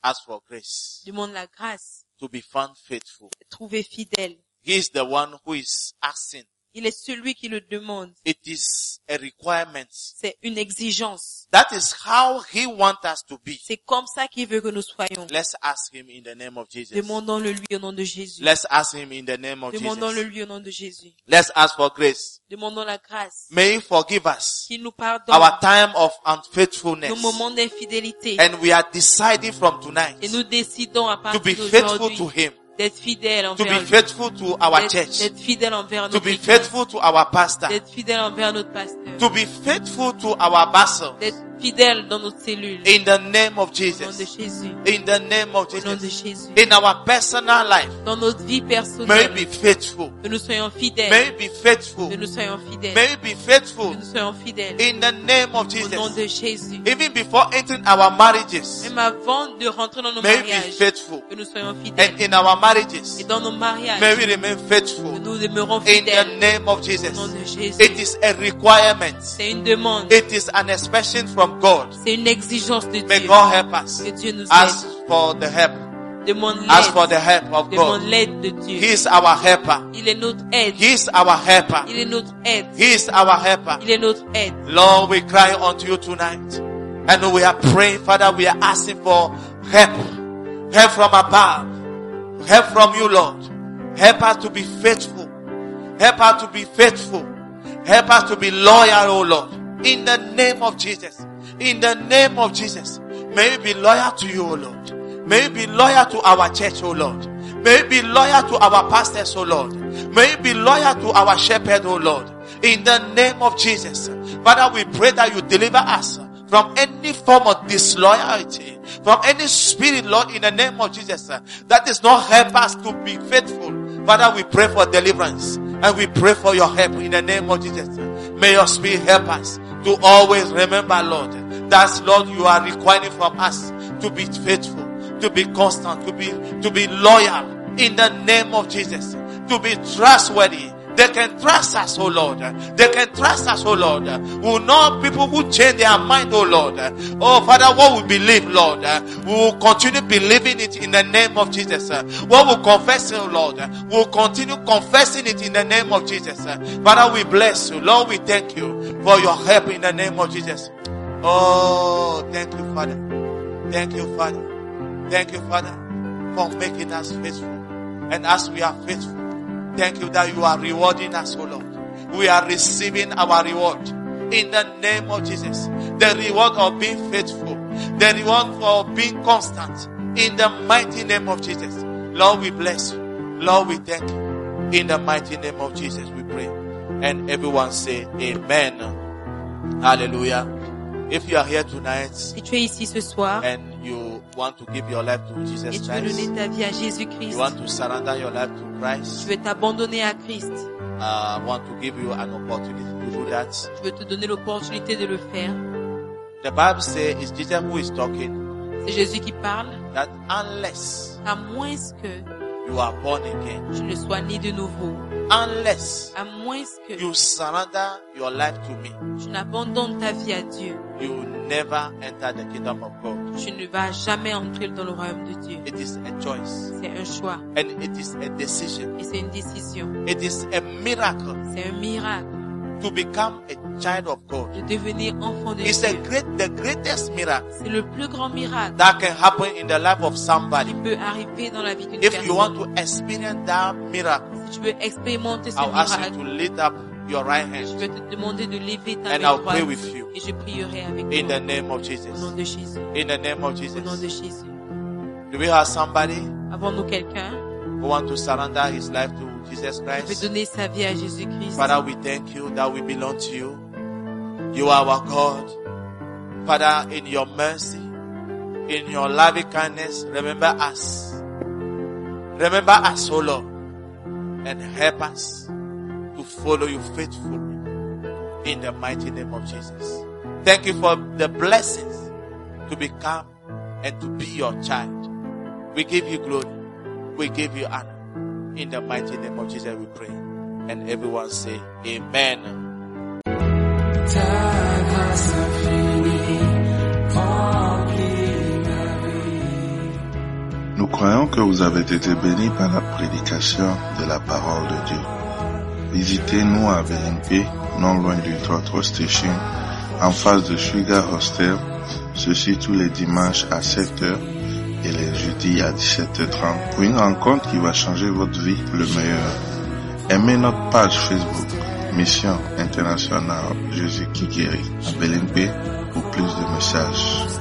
Speaker 2: Ask for grace
Speaker 3: Demande la grâce.
Speaker 2: to be found faithful.
Speaker 3: Trouver fidèle.
Speaker 2: He is the one who is asking.
Speaker 3: Il est celui qui le demande.
Speaker 2: It is a requirement.
Speaker 3: C'est une exigence.
Speaker 2: That is how He wants us to be.
Speaker 3: C'est comme ça qu'il veut que nous soyons.
Speaker 2: Let's ask Him in the name of Jesus.
Speaker 3: Demandons-le lui au nom de Jésus.
Speaker 2: Let's ask him in the name of
Speaker 3: Demandons-le
Speaker 2: Jesus.
Speaker 3: lui au nom de Jésus.
Speaker 2: Let's ask for grace.
Speaker 3: Demandons la grâce.
Speaker 2: May he forgive us
Speaker 3: Qu'il nous pardonne
Speaker 2: our time of
Speaker 3: nos
Speaker 2: unfaithfulness.
Speaker 3: moments d'infidélité.
Speaker 2: And we are deciding from tonight
Speaker 3: Et nous décidons à
Speaker 2: to be
Speaker 3: partir
Speaker 2: faithful
Speaker 3: d'aujourd'hui
Speaker 2: to him,
Speaker 3: d'être fidèles
Speaker 2: to
Speaker 3: envers
Speaker 2: be
Speaker 3: lui.
Speaker 2: faithful to our
Speaker 3: D'être-
Speaker 2: church,
Speaker 3: D'être fidèles envers
Speaker 2: to
Speaker 3: notre
Speaker 2: be
Speaker 3: église.
Speaker 2: faithful to our pastor,
Speaker 3: D'être fidèles envers notre pasteur.
Speaker 2: to be faithful to our vessel.
Speaker 3: D'être fidèles dans notre cellule.
Speaker 2: In the name of
Speaker 3: Au nom de
Speaker 2: Jesus.
Speaker 3: Jésus.
Speaker 2: In the name of
Speaker 3: Au nom de
Speaker 2: Jesus.
Speaker 3: Jésus.
Speaker 2: In our personal life,
Speaker 3: Dans notre vie
Speaker 2: may we
Speaker 3: personnelle.
Speaker 2: be faithful.
Speaker 3: Que nous soyons fidèles.
Speaker 2: May we be faithful.
Speaker 3: Que nous soyons fidèles.
Speaker 2: May we be
Speaker 3: Que
Speaker 2: faithful.
Speaker 3: nous soyons fidèles.
Speaker 2: In the name of
Speaker 3: Au nom
Speaker 2: Jesus.
Speaker 3: de Jésus.
Speaker 2: Even before entering our marriages,
Speaker 3: Même avant de rentrer dans nos
Speaker 2: may we be
Speaker 3: mariages,
Speaker 2: faithful.
Speaker 3: que nous soyons fidèles.
Speaker 2: And in our
Speaker 3: Et
Speaker 2: marriages,
Speaker 3: dans nos mariages,
Speaker 2: may we remain
Speaker 3: que
Speaker 2: faithful.
Speaker 3: nous
Speaker 2: In
Speaker 3: demeurons
Speaker 2: the
Speaker 3: fidèles.
Speaker 2: name of
Speaker 3: Au nom
Speaker 2: Jesus.
Speaker 3: de Jésus.
Speaker 2: It is a requirement.
Speaker 3: C'est une demande.
Speaker 2: It is an expression from God.
Speaker 3: C'est une exigence de
Speaker 2: May
Speaker 3: Dieu.
Speaker 2: God help us.
Speaker 3: Que Dieu nous
Speaker 2: Ask
Speaker 3: aide.
Speaker 2: for the help.
Speaker 3: Demande
Speaker 2: Ask for the
Speaker 3: l'aide.
Speaker 2: help of
Speaker 3: Demande
Speaker 2: God.
Speaker 3: l'aide de
Speaker 2: He
Speaker 3: Dieu.
Speaker 2: is our helper.
Speaker 3: Il est notre aide.
Speaker 2: He is our helper.
Speaker 3: Il est notre aide.
Speaker 2: He is our helper.
Speaker 3: Il est notre aide.
Speaker 2: Lord, we cry unto you tonight. And we are praying, Father, we are asking for help. Help from above. Help from you, Lord. Help us to be faithful. Help us to be faithful. Help us to be loyal, O Lord. In the name of Jesus. In the name of Jesus. May we be loyal to you, O Lord. May we be loyal to our church, O Lord. May we be loyal to our pastors, O Lord. May we be loyal to our shepherd, O Lord. In the name of Jesus. Father, we pray that you deliver us from any form of disloyalty, from any spirit, Lord, in the name of Jesus, uh, that does not help us to be faithful. Father, we pray for deliverance and we pray for your help in the name of Jesus. May your spirit help us to always remember, Lord, that, Lord, you are requiring from us to be faithful, to be constant, to be, to be loyal in the name of Jesus, to be trustworthy They can trust us, oh Lord. They can trust us, oh Lord. We know people who change their mind, oh Lord. Oh Father, what we believe, Lord, we will continue believing it in the name of Jesus. What we confess, oh Lord, we will continue confessing it in the name of Jesus. Father, we bless you. Lord, we thank you for your help in the name of Jesus. Oh, thank you, Father. Thank you, Father. Thank you, Father, for making us faithful. And as we are faithful, thank you that you are rewarding us, O Lord. We are receiving our reward in the name of Jesus. The reward of being faithful, the reward for being constant in the mighty name of Jesus. Lord, we bless you. Lord, we thank you. In the mighty name of Jesus, we pray. And everyone say, Amen. Hallelujah. If you are here tonight
Speaker 3: Si tu es ici ce soir
Speaker 2: and you want to give your life to
Speaker 3: et
Speaker 2: Jesus
Speaker 3: tu veux
Speaker 2: Christ,
Speaker 3: donner ta vie à
Speaker 2: you
Speaker 3: Jésus-Christ,
Speaker 2: want to surrender your life to
Speaker 3: tu
Speaker 2: Christ,
Speaker 3: veux t'abandonner à Christ,
Speaker 2: I want to give you an opportunity to do that.
Speaker 3: je veux te donner l'opportunité de le faire.
Speaker 2: The Bible says it's Jesus who is talking
Speaker 3: C'est Jésus qui parle,
Speaker 2: that unless
Speaker 3: à moins que
Speaker 2: you are born again,
Speaker 3: tu ne sois né de nouveau,
Speaker 2: unless
Speaker 3: à moins que
Speaker 2: you surrender your life to me,
Speaker 3: tu n'abandonnes ta vie à Dieu,
Speaker 2: you will never enter the kingdom of God.
Speaker 3: tu ne vas jamais entrer dans le royaume de Dieu.
Speaker 2: It is a choice
Speaker 3: C'est un choix
Speaker 2: and it is a decision.
Speaker 3: et c'est une décision.
Speaker 2: It is a miracle
Speaker 3: C'est un miracle
Speaker 2: to become a child of God.
Speaker 3: de devenir enfant de
Speaker 2: It's a
Speaker 3: Dieu.
Speaker 2: great, the greatest miracle
Speaker 3: C'est le plus grand miracle
Speaker 2: that can happen in the life of somebody.
Speaker 3: qui peut arriver dans la vie d'une
Speaker 2: If you
Speaker 3: personne.
Speaker 2: want to experience that miracle,
Speaker 3: Si tu veux expérimenter ce
Speaker 2: I'll ask you to
Speaker 3: miracle,
Speaker 2: lift up your right
Speaker 3: je
Speaker 2: hand
Speaker 3: vais te demander de lever ta
Speaker 2: and
Speaker 3: main
Speaker 2: I'll pray
Speaker 3: droite
Speaker 2: with you
Speaker 3: et je prierai avec
Speaker 2: in
Speaker 3: toi.
Speaker 2: the name of
Speaker 3: Au nom
Speaker 2: Jesus.
Speaker 3: de Jésus.
Speaker 2: In the name of
Speaker 3: Au nom de
Speaker 2: Jesus.
Speaker 3: Jésus.
Speaker 2: Do we have somebody
Speaker 3: Avons-nous quelqu'un
Speaker 2: who want to surrender his life to Jesus
Speaker 3: qui peut
Speaker 2: Christ?
Speaker 3: donner sa vie à Jésus-Christ?
Speaker 2: Father, we thank you that we belong to you. You are our God. Father, in your mercy, in your loving kindness, remember us. Remember us, O Lord, and help us to follow you faithfully in the mighty name of Jesus. Thank you for the blessings to become and to be your child. We give you glory. We give you honor. In the mighty name of Jesus, we pray. And everyone say, Amen.
Speaker 4: Time has a fini, compliment.
Speaker 1: Nous croyons que vous avez été bénis par la prédication de la parole de Dieu. Visitez-nous à BNP, non loin du 33 Station, en face de Sugar Hostel, ceci tous les dimanches à 7h et les jeudis à 17h30 pour une rencontre qui va changer votre vie pour le meilleur. Aimez notre page Facebook, Mission Internationale Jésus qui guérit, à BNP, pour plus de messages.